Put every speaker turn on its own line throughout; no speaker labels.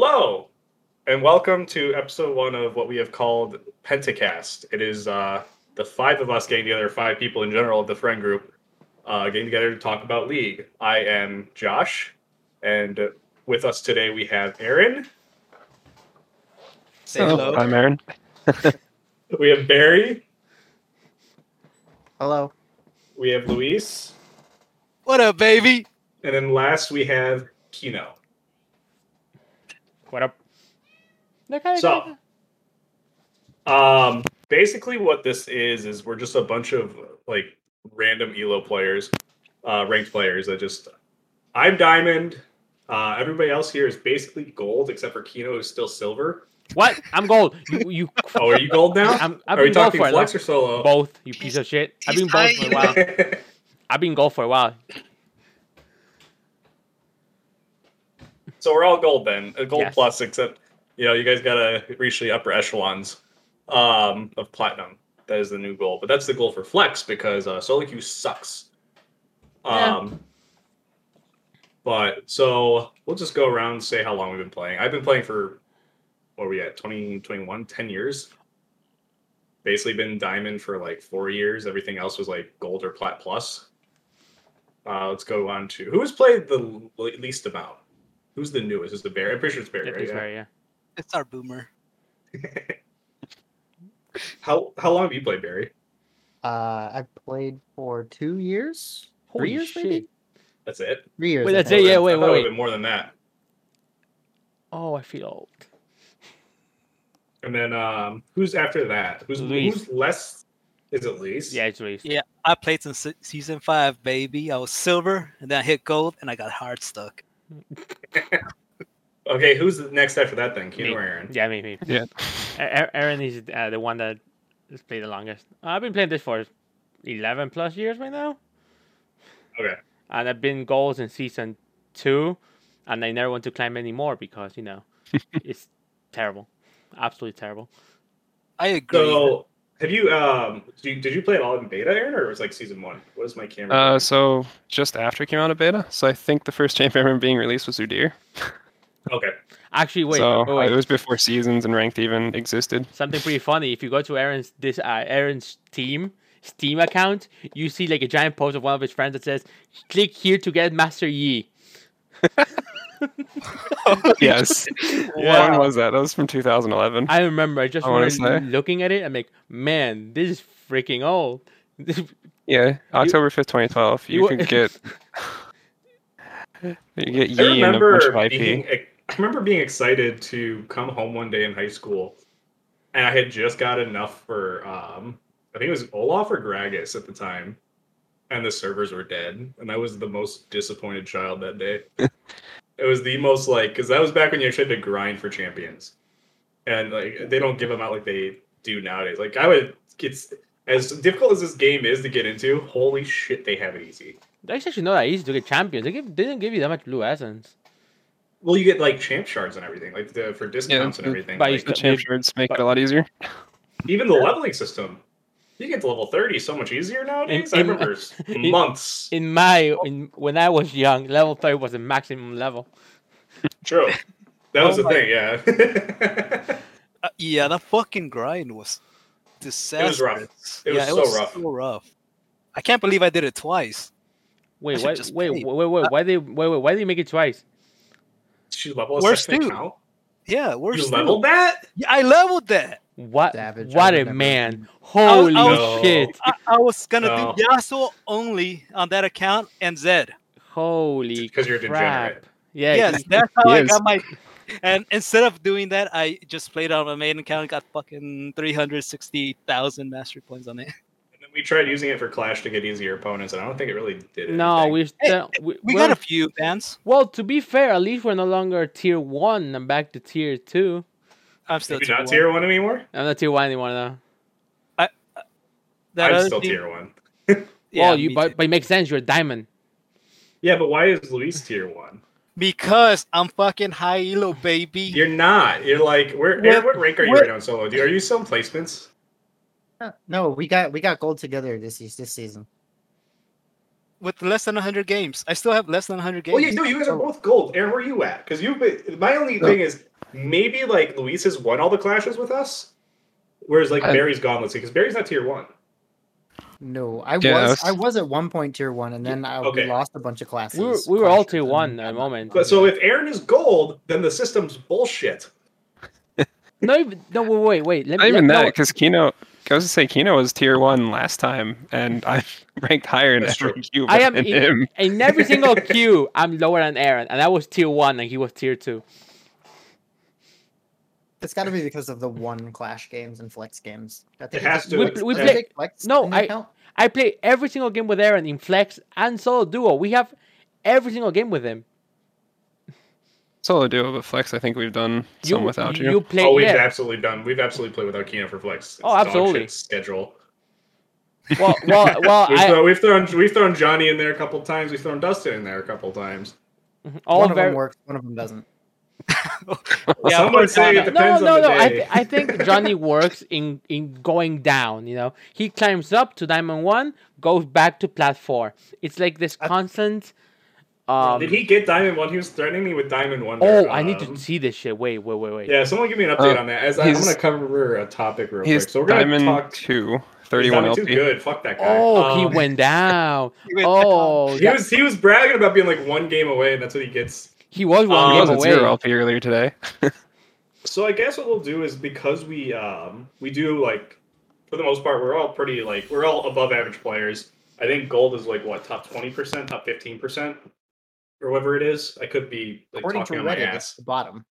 Hello, and welcome to episode one of what we have called Pentacast. It is uh, the five of us getting together, five people in general of the friend group, uh, getting together to talk about League. I am Josh, and with us today we have Aaron,
Say hello.
I'm Aaron.
we have Barry,
Hello.
we have Luis,
What up, baby?
and then last we have Kino.
What up?
So, um, basically, what this is is we're just a bunch of like random Elo players, uh, ranked players that just I'm diamond. Uh, everybody else here is basically gold except for Kino is still silver.
What? I'm gold. You, you.
Oh, are you gold now?
I'm, I've
are we
been gold
talking
for a
flex
while.
or solo?
Both, you piece of shit. I've been gold for a while. I've been gold for a while.
so we're all gold then, uh, gold
Yes.
plus, except you know you guys gotta reach the upper echelons um, of platinum. That is the new goal, but that's the goal for flex because uh, solo queue sucks.
Yeah.
Um, but so we'll just go around and say how long we've been playing. I've been playing for what are we at 20, 21, 10 years. Basically been diamond for like four years. Everything else was like gold or plat plus. Uh, let's go on to who has played the l- least amount. Who's the newest? Is the bear? I'm pretty sure it's bear.
It
Right?
is
Yeah.
very, yeah.
It's our boomer.
How how long have you played Barry?
Uh, I've played for two years,
Holy
three years,
shit.
maybe
That's it.
three years.
Wait,
I
that's
think.
it, yeah.
I
Wait,
thought it
wait, wait.
would've been more than that.
Oh, I feel old.
And then um, who's after that? Who's
Luis.
who's less? Is it Luis?
Yeah, it's really.
Yeah. I played since se- season five, baby. I was silver, and then I hit gold, and I got hard stuck.
Okay, who's the next after that then? Keenan
Me.
or Aaron?
Yeah, me, me.
Yeah.
A- A- Aaron is uh, the one that has played the longest. I've been playing this for 11 plus years right now.
Okay.
And I've been goals in season two, and I never want to climb anymore because, you know, it's terrible. Absolutely terrible.
I agree.
So have you um did you, did you play it all in beta, Aaron, or it was like season one? What is my camera?
Uh, so just after it came out of beta, so I think the first champion ever being released was Udir.
okay.
Actually, wait.
so
wait, wait.
it was before seasons and ranked even existed.
something pretty funny. If you go to Aaron's this uh, Aaron's team Steam account, you see like a giant post of one of his friends that says, "Click here to get Master Yi."
yes.
Yeah.
When was that? That was from 2011.
I remember. I just
I wanna
remember
say.
looking at it. I'm like, man, this is freaking old.
yeah, October 5th, 2012. You,
you-
could get you get
I
Yi and a bunch of
remember
IP.
being ex- I remember being excited to come home one day in high school and I had just got enough for um I think it was Olaf or Gragas at the time. And the servers were dead. And I was the most disappointed child that day. it was the most like because that was back when you actually had to grind for champions. And like they don't give them out like they do nowadays. Like I would it's as difficult as this game is to get into, holy shit they have it easy.
That's actually not that easy to get champions. They, give, they didn't give you that much blue essence,
Well, you get like champ shards and everything, like the, for discounts
mm-hmm.
and
the-
everything.
but you
like,
the
but
champ
they-
shards make
but-
it a lot easier.
even the leveling system, you get to level thirty so much easier nowadays. I
in-
remember s-
in-
months.
In my in, when I was young, level three was the maximum level.
True, that was
Oh
the
my-
thing. Yeah,
Uh, yeah, that fucking grind was disastrous.
rough. It was
yeah,
so
it was
rough.
So rough. I can't believe I did it twice. I
Wait,
should
why,
just
wait,
play.
wait, wait, wait, why they, wait, wait, why did you make it twice?
she level
Worse
assessment
too.
count?
Yeah, we're
You
still-
leveled that?
Yeah, I leveled that.
What?
Savage, I
what
would
a
never
man!
I was-
Holy
I
was-
shit!
I, I was gonna
No.
do Yasuo only on that account and Zed.
Holy
'cause you're a
crap.
degenerate.
Yeah,
yes,
he-
that's how I
Yes.
got my. And instead of doing that, I just played on my main account, and got fucking three hundred sixty thousand mastery points on it.
And then we tried using it for Clash to get easier opponents, and I don't think it really did.
no,
anything.
we're still, we
We
well,
got a few bans.
well, to be fair, at least we're no longer tier one. I'm back to tier two.
I'm still
You're
tier
not
one.
tier one anymore.
I'm not tier one anymore now.
That
I'm
other
still
team-
tier one.
Yeah,
well, you
me
but,
too.
but it makes sense. You're a diamond.
Yeah, but why is Luis tier one?
because I'm fucking high elo, baby.
You're not. You're like, where?
We're-
Aaron, what rank are you
we're-
right now in solo? Do- Are you still in placements?
Uh, No, we got we got gold together this se- this season.
With less than hundred
Oh,
games, I still have less than hundred games.
Well, yeah, no, you guys are both gold. Aaron, where are you at? Because you've been. My only
No.
thing is, maybe like Luis has won all the clashes with us, whereas like
I-
Barry's gone. Let's see, because Barry's not tier one.
No, I
Yeah, I
was,
was-
I was at one point tier one, and then I we
okay.
lost a bunch of classes.
We were, we were all
clashes,
tier
and
one at
I'm
the
not-
moment.
But so if Aaron is gold, then the system's bullshit.
No, even- no, wait, wait, wait. Let,
Not
me-
even
let-
that,
no,
because Kino. I was to say Kino was tier one last time, and I'm ranked higher in
That's
every
true.
queue
I am
than
in-
him.
In every single queue, I'm lower than Aaron, and I was tier one, and he was tier two.
It's got to be because of the one clash games and flex games. I think
It has
just-
to.
We- we
does it
play-
take flex
No,
into
I-
account?
I play every single game with Aaron in flex and solo duo. We have every single game with him.
Solo duo, but flex. I think we've done some without you.
You play,
oh, we've
yeah.
absolutely done. We've absolutely played without Kino for flex. It's
Oh,
dog
absolutely.
shit Schedule.
Well, well, well.
We've,
I,
thrown, we've thrown we've thrown Johnny in there a couple times. We've thrown Dustin in there a couple times.
all
one of them
very,
works, one of them doesn't.
Yeah,
Some would say it
Cortana.
no,
depends
no,
on the
no. I,
day.
th- I think Johnny works in in going down. You know, he climbs up to diamond one, goes back to plat four. It's like this constant. Um,
Oh, Did he get Diamond One? He was threatening me with Diamond One.
oh, I need to
Um,
see this shit. Wait, wait, wait, wait.
Yeah, someone give me an update
Uh,
on that. As I, I'm
he's-
going to cover a topic real
He's
quick. So we're going to
diamond
talk.
two,
he's
31
diamond two,
LP.
Good. Fuck that guy.
Oh,
Um,
he went down.
He went
oh,
He was he was bragging about being like one game away, and that's what he gets.
he was
Um,
one
He
game
wasn't
away.
zero LP earlier today.
So I guess what we'll do is because we um we do like for the most part we're all pretty like we're all above average players. I think gold is like what top twenty percent, top fifteen percent, or whatever it is. I could be like
According
talking
to
on my
Reddit, it's
ass.
the bottom.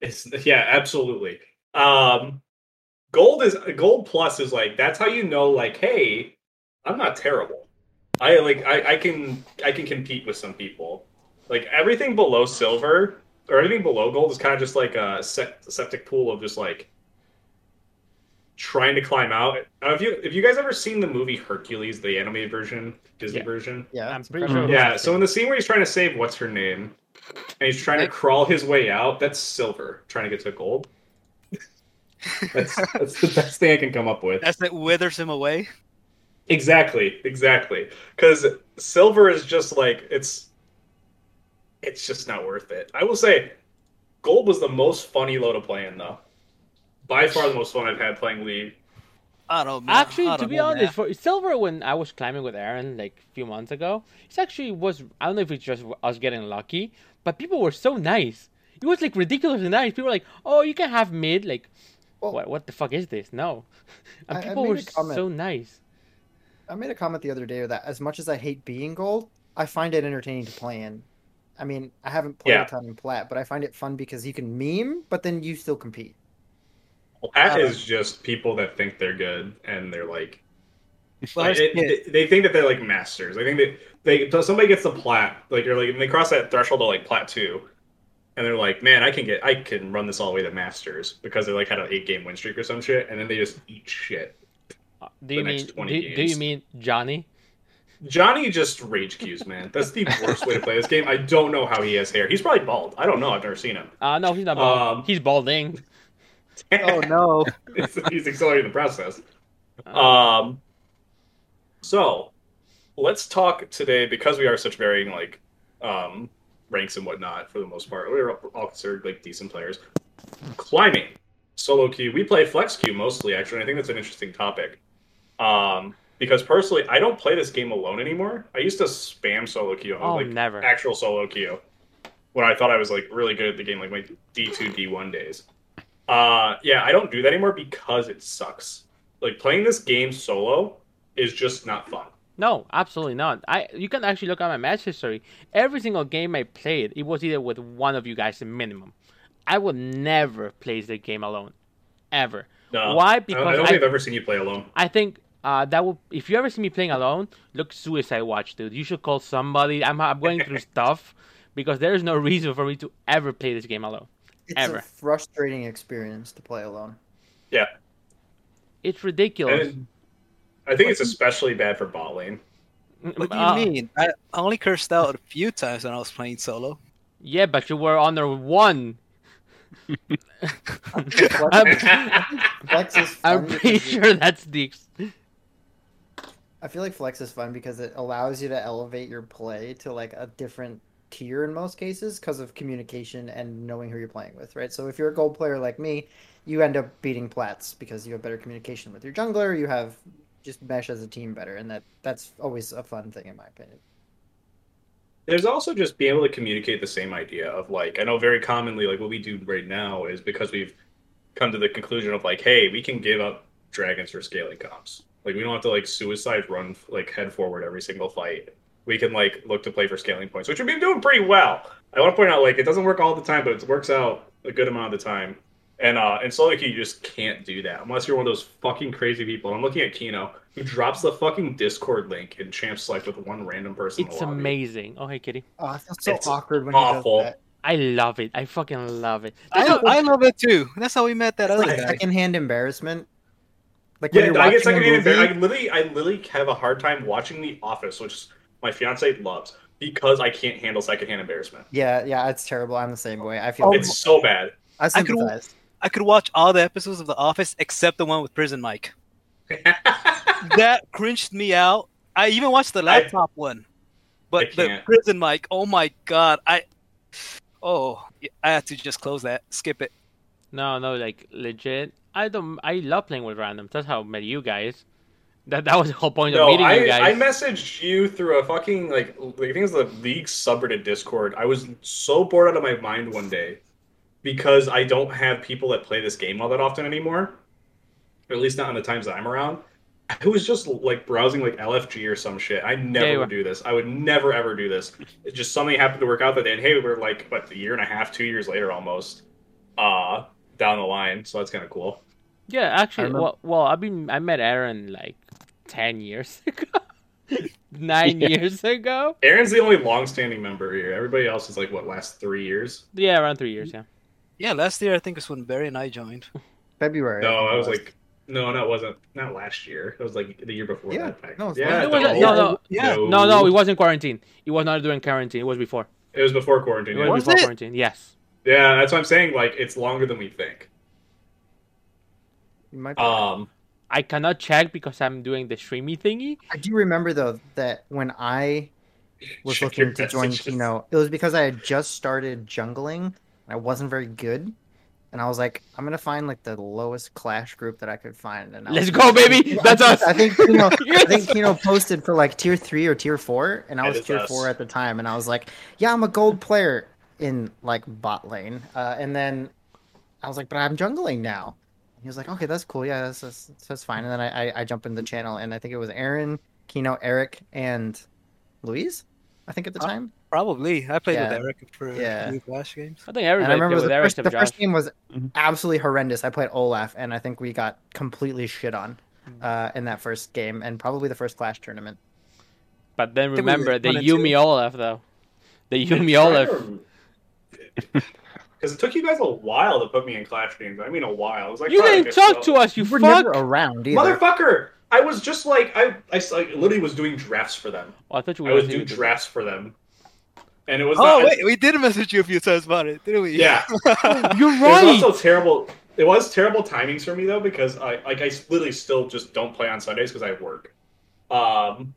It's yeah, absolutely. Um, gold is gold plus is like that's how you know like hey, I'm not terrible. I like I, I can I can compete with some people. Like everything below silver or anything below gold is kind of just like a sep- septic pool of just like trying to climb out. Uh, Have you have you guys ever seen the movie Hercules, the animated version, Disney
Yeah.
version?
Yeah,
I'm
it's
pretty
incredible.
sure-
Yeah, so in the scene where he's trying to save what's her name, and he's trying to crawl his way out, that's silver trying to get to gold. That's that's the best thing I can come up with.
That's that withers him away.
Exactly, exactly. Because silver is just like it's, it's just not worth it. I will say, gold was the most funny low to play in though, by far the most fun I've had playing league.
I don't know. I
Actually, to
don't
be
know,
honest,
man.
for silver, when I was climbing with Aaron like a few months ago, it actually was. I don't know if it's just us getting lucky, but people were so nice. It was like ridiculously nice. People were like, "Oh, you can have mid." Like,
Well-
what? What the fuck is this? No, and
I- I
people
made
were
a comment.
so nice.
I made a comment the other day that as much as I hate being gold, I find it entertaining to play in. I mean, I haven't played
Yeah.
a ton in plat, but I find it fun because you can meme, but then you still compete.
That is just people that think they're good and they're like
Well,
Like,
here's
it-
the kid.
they- they think that they're like masters. I think that they so somebody gets the plat, like you're like, and they cross that threshold of like plat two, and they're like, man, I can get, I can run this all the way to masters because they like had an eight game win streak or some shit, and then they just eat shit.
Uh, Do you
The next
mean?
20
Do, do
games.
you mean Johnny?
Johnny just rage cues, man. That's the worst way to play this game. I don't know how he has hair. He's probably bald. I don't know. I've never seen him.
Uh no, he's not bald.
Um,
he's balding.
Oh no!
he's accelerating the process. Um, so let's talk today because we are such varying like um, ranks and whatnot for the most part. We're all considered like decent players. Climbing solo queue. We play flex queue mostly, actually. And I think that's an interesting topic. Um, because personally, I don't play this game alone anymore. I used to spam solo queue on
Oh,
like
never.
actual solo queue when I thought I was like really good at the game, like my D two D one days. Uh, yeah, I don't do that anymore because it sucks. Like playing this game solo is just not fun.
No, absolutely not. I you can actually look at my match history. Every single game I played, it was either with one of you guys minimum. I would never play the game alone, ever.
No.
Why?
I don't, I
Because
don't
I,
think I've ever seen you play alone.
I think uh, that would if you ever see me playing alone, look Suicide Watch, dude. You should call somebody. I'm I'm going through stuff because there is no reason for me to ever play this game alone.
It's
Ever.
a frustrating experience to play alone.
It's ridiculous.
And I think it's especially bad for bot lane.
What do you
Uh,
mean? Ah. I only cursed out a few times when I was playing solo.
Yeah, but you were under one.
Flex, flex is fun
I'm
because
pretty
you-
sure that's the. ex-
I feel like flex is fun because it allows you to elevate your play to like a different tier in most cases because of communication and knowing who you're playing with, right? So if you're a gold player like me, you end up beating plats because you have better communication with your jungler. You have just mesh as a team better, and that that's always a fun thing in my opinion.
There's also just being able to communicate the same idea of like I know very commonly like what we do right now is because we've come to the conclusion of like, hey, we can give up dragons for scaling comps. Like we don't have to like suicide run like head forward every single fight. We can like look to play for scaling points, which we've been doing pretty well. I want to point out like it doesn't work all the time, but it works out a good amount of the time. And uh in solo queue, you just can't do that unless you're one of those fucking crazy people. I'm looking at Kino who drops the fucking Discord link in champ select with one random person. in the
It's
lobby.
amazing. Oh, hey, kitty.
Oh, I feel so
It's
awkward when
awful.
he does
I love it. I fucking love it.
I, lo- I love it too. That's how we met that other
that. Like
guy.
secondhand embarrassment. Like when
Yeah,
you're
I get
watching a
secondhand
movie-
embarrassment. I literally, I literally have a hard time watching The Office, which my fiance loves, because I can't handle secondhand embarrassment.
Yeah, yeah, it's terrible. I'm the same way. I feel
Oh,
It's so bad.
I
I could-
sympathize.
I could watch all the episodes of The Office except the one with Prison Mike. That cringed me out. I even watched the
I-
laptop one,
I
but the
can't.
Prison Mike. Oh my god! I oh, I had to just close that, skip it.
No, no, like legit. I don't. I love playing with randoms. That's how I met you guys. That that was the whole point of
no,
meeting
I,
you guys.
I messaged you through a fucking like, like I think it's the league subreddit Discord. I was so bored out of my mind one day because I don't have people that play this game all that often anymore, or at least not in the times that I'm around. I was just like browsing like LFG or some shit. I never
Yeah, you
would do this. I would never ever do this. It just something happened to work out that day. And hey, we're like what a year and a half, two years later almost, uh, down the line. So that's kind of cool.
yeah, actually,
remember-
well, well, I've been. I met Aaron like ten years ago, nine
Yeah.
years ago.
Aaron's the only long-standing member here. Everybody else is like what last three years.
Yeah, around three years. Yeah.
Yeah, last year I think is when Barry and I joined.
February.
No,
think
I
it
was like, no, no, it wasn't. Not last year. It was like the year before
Yeah,
that. Back.
no, it was
yeah,
It was-
no,
no, no,
Yeah,
No, no, it wasn't quarantine. It was not during quarantine. It was before.
It was before
It
quarantine.
was,
yeah.
Was
before
it?
quarantine. Yes.
Yeah, that's what I'm saying. Like, it's longer than we think.
You might be right.
Um,
I cannot check because I'm doing the streamy thingy.
I do remember though that when I was
Check your
looking to join
messages.
Kino, it was because I had just started jungling and I wasn't very good. And I was like, I'm gonna find like the lowest clash group that I could find. And I
Let's
was-
go, baby.
I
That's us.
think- I think Kino, I think
Yes.
Kino posted for like tier three or tier four, and I
That
was
is
tier
us.
four at the time. And I was like, yeah, I'm a gold player in like bot lane. Uh, and then I was like, but I'm jungling now. And he was like, okay, that's cool. Yeah, that's, that's, that's fine. And then I, I, I jump in the channel, and I think it was Aaron, Kino, Eric, and Louise, I think at the
Huh?
time.
Probably. I played
Yeah.
with Eric for
Yeah.
a few Flash games.
I think
And I
everybody
remember
was
the
there
first,
except
the
Josh.
first game was
Mm-hmm.
Mhm.
absolutely horrendous. I played Olaf, and I think we got completely shit on
Mm.
uh, in that first game, and probably the first Clash tournament.
But then
we
remember
were
the
one and two.
Yumi Olaf though. The Yumi Olaf.
because it took you guys a while to put me in Clash games. I mean, a while. It was like
You
probably
didn't
like a-
talk to us, you
You were
fuck!
never around either.
motherfucker. I was just like, I, I s- like, literally was doing drafts for them.
Oh, I thought you were
I was
gonna
doing
do-
drafts for them, and it was
Oh
not,
wait, we did message you a few times about it, didn't we?
yeah.
You're
It
right.
was also terrible. It was terrible timings for me though because I like I literally still just don't play on Sundays because I work. Um,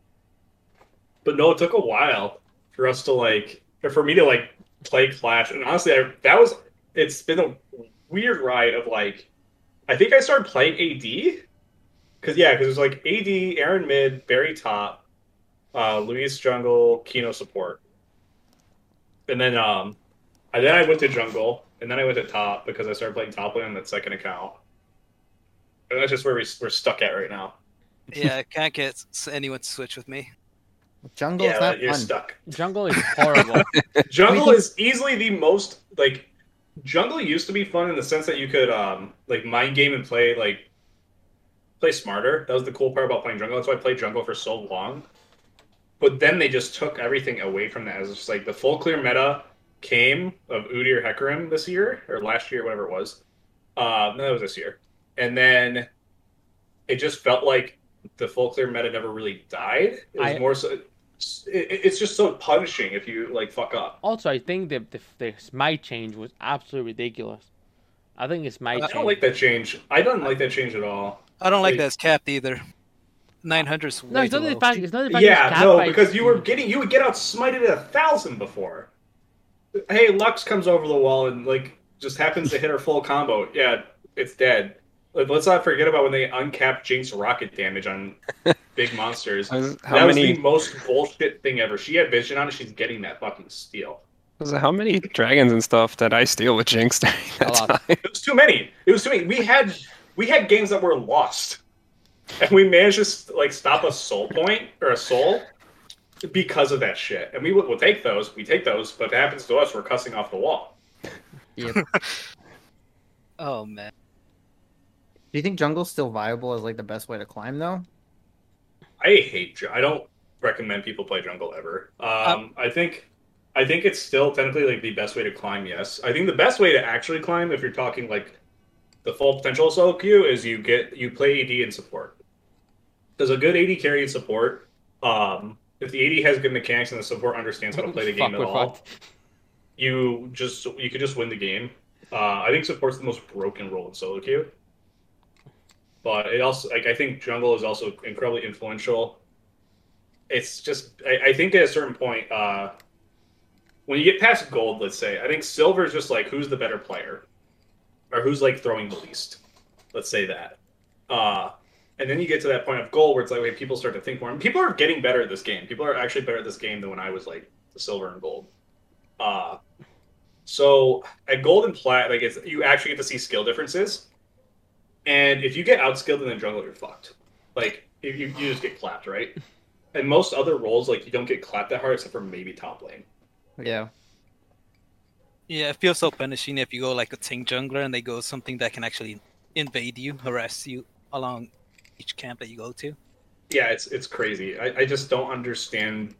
but no, it took a while for us to like or for me to like play Clash, and honestly, I, that was it's been a weird ride of like I think I started playing AD because yeah, because it was like AD, Aaron mid, Barry top, uh, Luis jungle, Kino support, and then um and then I went to jungle, and then I went to top because I started playing top lane on that second account. And that's just where we, we're stuck at right now.
yeah. I can't get s- anyone to switch with me.
Jungle
yeah,
is not
you're
fun.
stuck.
Jungle is horrible.
Jungle is easily the most like jungle used to be fun in the sense that you could um like mind game and play like play smarter. That was the cool part about playing jungle. That's why I played jungle for so long. But then they just took everything away from that. It was just like the full clear meta came of Udi or Hecarim this year or last year, whatever it was. Uh, no, that was this year. And then it just felt like the full clear meta never really died. It was
I-
more so. It, it- it's just so punishing if you like fuck up.
also, I think the, the the smite change was absolutely ridiculous. I think it's my
I
change.
don't like that change. I don't like that change at all.
I don't like
Wait.
that it's capped either. Nine hundreds.
no, it's not the fact. It's not the fact.
Yeah,
it's
no,
catfight.
because you were getting you would get out smited at a thousand before. hey, Lux comes over the wall and like just happens to hit her full combo. Yeah, it's dead. Like, let's not forget about when they uncapped Jinx rocket damage on big monsters.
How is-
that
How
was
many?
the most bullshit thing ever. She had vision on it. She's getting that fucking steal.
was it How many dragons and stuff did I steal with Jinx during that
lot.
time?
It was too many. It was too many. We had we had games that were lost, and we managed to like stop a soul point or a soul because of that shit. And we will we'll take those. We take those. But if it happens to us, we're cussing off the wall.
Yep. Do
Oh man.
you think jungle's still viable as like the best way to climb though?
I hate. ju- I don't recommend people play jungle ever. Um, I think. I think it's still technically like the best way to climb. Yes, I think the best way to actually climb, if you're talking like the full potential solo queue, is you get you play AD and support. Because a good AD carry and support, um, if the AD has good mechanics and the support understands how to play the
Fuck,
game at
we're
all,
fucked.
you just you could just win the game. Uh, I think support's the most broken role in solo queue, but it also like I think jungle is also incredibly influential. It's just I, I think at a certain point, uh, when you get past gold, let's say, I think silver is just like who's the better player, or who's like throwing the least. Let's say that, uh, and then you get to that point of gold where it's like wait, people start to think more. And people are getting better at this game. People are actually better at this game than when I was like silver and gold. Uh, so at gold and plat, like it's you actually get to see skill differences. And if you get outskilled in the jungle, you're fucked. Like you, you you just get clapped, right? And most other roles, like you don't get clapped that hard except for maybe top lane.
Yeah.
Yeah, it feels so punishing if you go like a tank jungler and they go something that can actually invade you, harass you along each camp that you go to.
yeah, it's it's crazy. I, I just don't understand.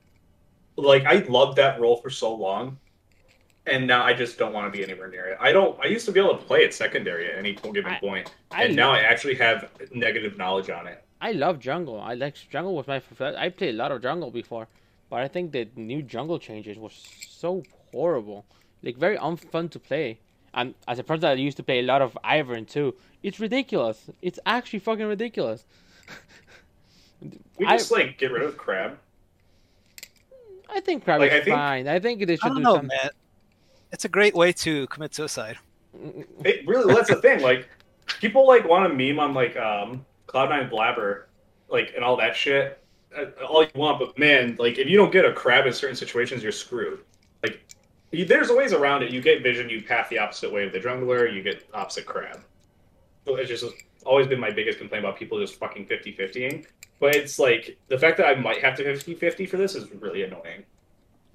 Like I loved that role for so long, and now I just don't want to be anywhere near it. I don't. I used to be able to play it secondary at any given
I-
point,
I,
and now I actually have negative knowledge on it.
I love jungle. I like jungle was my prefer- I played a lot of jungle before, but I think the new jungle changes were so horrible, like very unfun to play. And as a person that used to play a lot of Ivern too, it's ridiculous. It's actually fucking ridiculous.
We
I-
just like get rid of crab.
I think Krabby
Like, I
is
think-
fine. I think they should
I don't
do
know,
something.
man. It's a great way to commit suicide.
It really well, that's the thing. Like people like want to meme on like um Cloud Nine Blabber, like and all that shit, uh, all you want. But man, like if you don't get a crab in certain situations, you're screwed. Like you, there's ways around it. You get vision, you path the opposite way of the jungler, you get opposite crab. So It's just always been my biggest complaint about people just fucking 50-50ing. But it's like the fact that I might have to 50-50 for this is really annoying.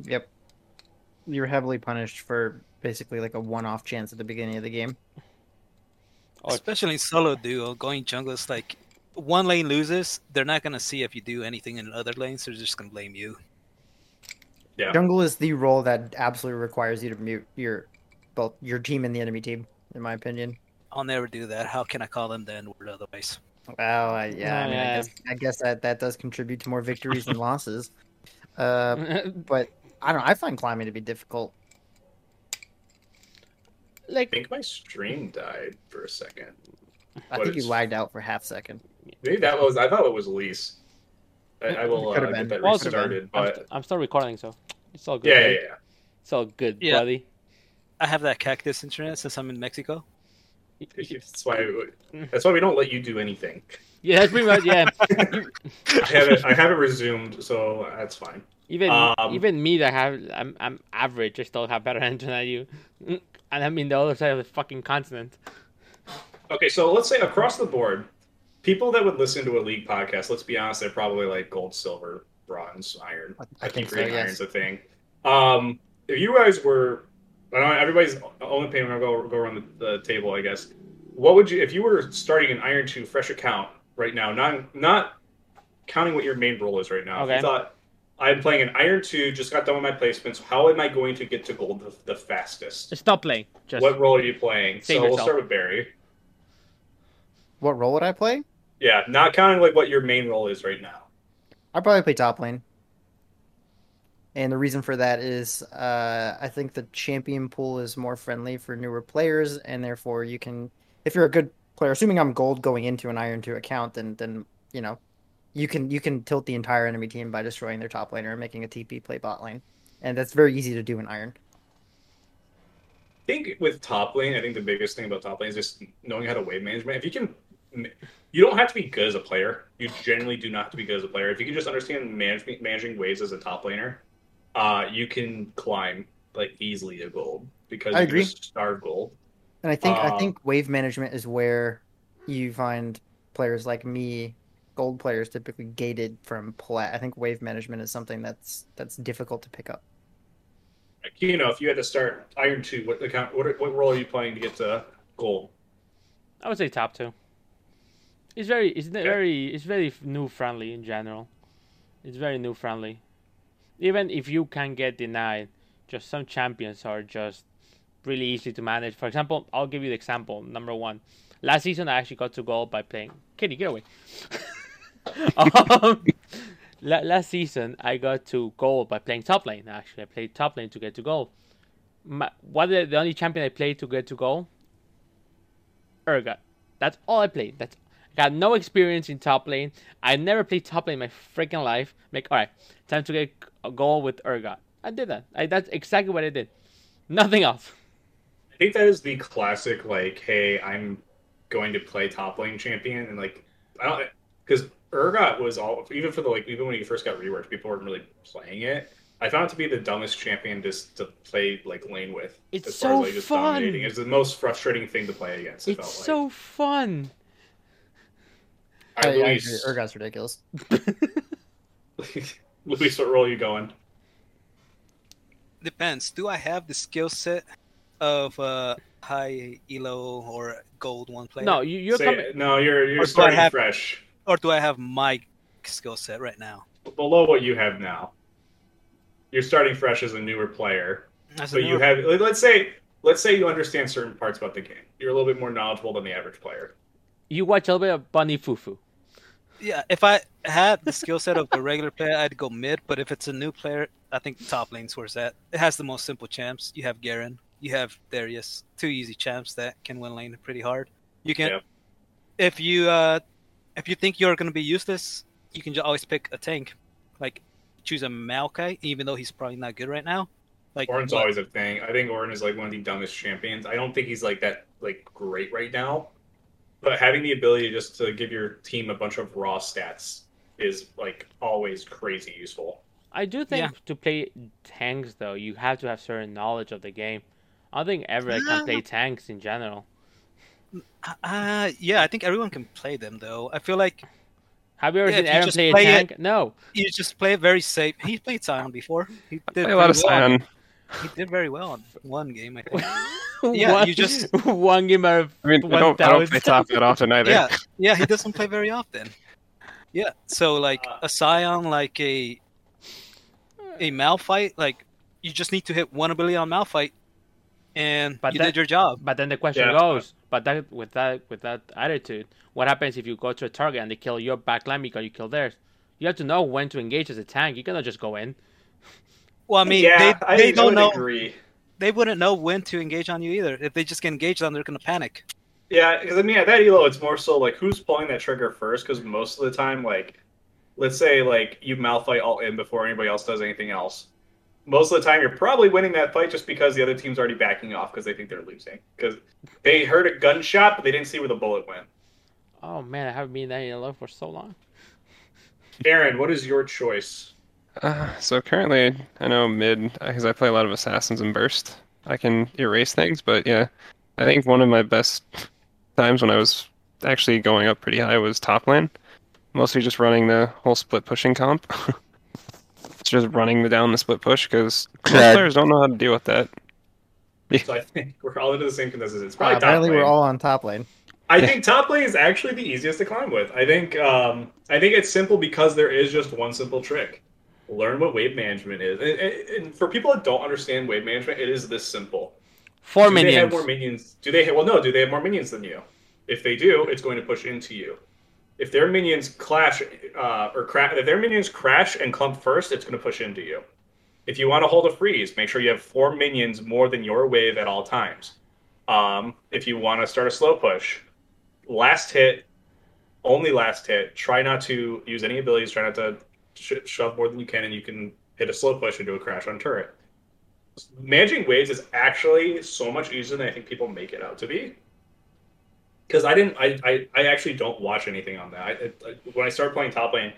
Yep. You're heavily punished for basically like a one-off chance at the beginning of the game.
Oh,
Especially in solo duo, going jungle is like one lane loses, they're not gonna see if you do anything in other lanes, they're just gonna blame you.
Yeah.
Jungle is the role that absolutely requires you to mute your both your team and the enemy team, in my opinion.
I'll never do that. How can I call them the N word otherwise?
Well, I, yeah, I
Yeah.
mean, I guess I guess that that does contribute to more victories than losses. Uh, but I don't. know, I find climbing to be difficult.
I
like
think my stream died for a second.
I
What
think you
is-
lagged out for half second.
Maybe that was. I thought it was Elise. I, I will uh,
Could've
get
been.
that
Also-
restarted,
I'm,
but
st- I'm still recording, so it's all good.
yeah, yeah,
right?
yeah.
It's all good,
Yeah.
buddy.
I have that cactus internet since I'm in Mexico.
yeah. That's why. That's why we don't let you do anything.
Yeah, that's pretty much yeah.
I haven't. I haven't resumed, so that's fine.
Even
Um,
even me that have I'm I'm average, I still have better internet than you. And I'm in the other side of the fucking continent.
Okay, so let's say across the board, people that would listen to a league podcast. Let's be honest, they're probably like gold, silver, bronze, iron.
I,
I,
I
keep
think so.
reading
Yes.
iron's a thing. Um, if you guys were, I don't know, everybody's only paying when I go go around the, the table, I guess. What would you if you were starting an iron two fresh account right now? Not not counting what your main role is right now. If
Okay.
you thought I'm playing an iron two, just got done with my placements. How am I going to get to gold the, the fastest?
Just stop playing. Just
what role are you playing? So
save
we'll
yourself.
start with Barry.
What role would I play?
Yeah, not counting like what your main role is right now.
I'd probably play top lane. And the reason for that is uh, I think the champion pool is more friendly for newer players, and therefore you can, if you're a good player, assuming I'm gold going into an Iron 2 account, then, then you know, you can you can tilt the entire enemy team by destroying their top laner and making a TP play bot lane. And that's very easy to do in Iron.
think with top lane, I think the biggest thing about top lane is just knowing how to wave management. If you can, you don't have to be good as a player. You generally do not have to be good as a player. If you can just understand management, managing waves as a top laner, uh, you can climb like easily to gold because
I
you can
agree.
just starve gold.
And I think I
Uh,
think wave management is where you find players like me, gold players typically gated from plat. I think wave management is something that's that's difficult to pick up.
Like, you know, if you had to start iron two, what account, what what role are you playing to get to gold?
I would say top two. It's very, it's n-
Okay.
very, it's very new friendly in general. It's very new friendly. Even if you can get denied, just some champions are just really easy to manage. For example, I'll give you the example. Number one, last season I actually got to gold by playing Kitty. Get away. um, la- last season I got to gold by playing top lane. Actually, I played top lane to get to gold. My, what the, the only champion I played to get to gold Urgot. That's all I played. That's I got no experience in top lane. I never played top lane in my freaking life. Like, all right, time to get a goal with Urgot. I did that. I, that's exactly what I did. Nothing else.
I think that is the classic like, hey, I'm going to play top lane champion, and like, I don't because Urgot was all even for the like even when he first got reworked, people weren't really playing it. I found it to be the dumbest champion just to play like lane with.
It's so fun.
It's the most frustrating thing to play against. It felt
it's
like.
so fun.
All right,
I, I agree.
Luis,
Urgot's ridiculous.
Luis, what role are you going?
Depends. Do I have the skill set of uh, high elo or gold one player?
No, you, you're
Say-
coming.
no, you're
Or do I
you're starting
have-
fresh,
Or do I have my skill set right now?
below what you have now. You're starting fresh as a newer player.
As a
So you
newer-
have like, let's say let's say you understand certain parts about the game. You're a little bit more knowledgeable than the average player.
You watch a little bit of Bunny Fufu.
Yeah, if I had the skill set of a regular player, I'd go mid. But if it's a new player, I think top lane's where it's at. It has the most simple champs. You have Garen, you have Darius, two easy champs that can win lane pretty hard. You can,
Yeah.
if you uh, if you think you're gonna be useless, you can just always pick a tank, like choose a Maokai, even though he's probably not good right now. Like
Orin's
but-
always a thing. I think Orin is like one of the dumbest champions. I don't think he's like that like great right now, but having the ability just to give your team a bunch of raw stats is like always crazy useful.
I do think
Yeah.
to play tanks though, you have to have certain knowledge of the game. I don't think ever I can play tanks in general.
uh, yeah, I think everyone can play them though. I feel like
Have you ever
Yeah,
seen
if you
Aaron
just
play a
play it-
tank? No.
you just play it very safe. He played Scion before. He did
Play a lot of
pretty well.
Scion.
He did very well in one game, I think. Yeah, you just-
one game out of
I mean, I don't, I don't play
1,000.
top that often either.
yeah, yeah, he doesn't play very often. Yeah, so like
Uh.
a Scion, like a a Malphite, like you just need to hit one ability on Malphite, and
But
you
that-
did your job.
But then the question
Yeah.
goes, but that with that with that attitude, what happens if you go to a target and they kill your backline because you kill theirs? You have to know when to engage as a tank. You cannot just go in.
Well, I mean,
yeah,
they,
I,
they
think I
don't
would
know.
agree.
They wouldn't know when to engage on you either. If they just get engaged on, they're gonna panic.
Yeah, because I mean, at that elo, it's more so like who's pulling that trigger first. Because most of the time, like, let's say like you Malphite all in before anybody else does anything else. Most of the time, you're probably winning that fight just because the other team's already backing off because they think they're losing. Because they heard a gunshot, but they didn't see where the bullet went.
Oh man, I haven't been that in love for so long.
Aaron, what is your choice?
Uh, so currently, I know mid because I play a lot of assassins and burst. I can erase things, but yeah, I think one of my best times when I was actually going up pretty high was top lane, mostly just running the whole split pushing comp. it's just running the down the split push because
Crud.
most players don't know how to deal with that.
So I think we're all into the same consensus. It's probably
Uh,
top
apparently,
lane.
we're all on top lane.
I think top lane is actually the easiest to climb with. I think um, I think it's simple because there is just one simple trick. Learn what wave management is. And, and- and for people that don't understand wave management, it is this simple.
Four
do they have
minions.
more minions? Do they? Well, no. Do they have more minions than you? If they do, it's going to push into you. If their minions clash uh, or cra- if their minions crash and clump first, it's going to push into you. If you want to hold a freeze, make sure you have four minions more than your wave at all times. Um, if you want to start a slow push, last hit, only last hit. Try not to use any abilities. Try not to sh- shove more than you can, and you can hit a slow push into a crash on turret. managing waves is actually so much easier than I think people make it out to be. Because I didn't, I, I, I actually don't watch anything on that. I, I, when I started playing top lane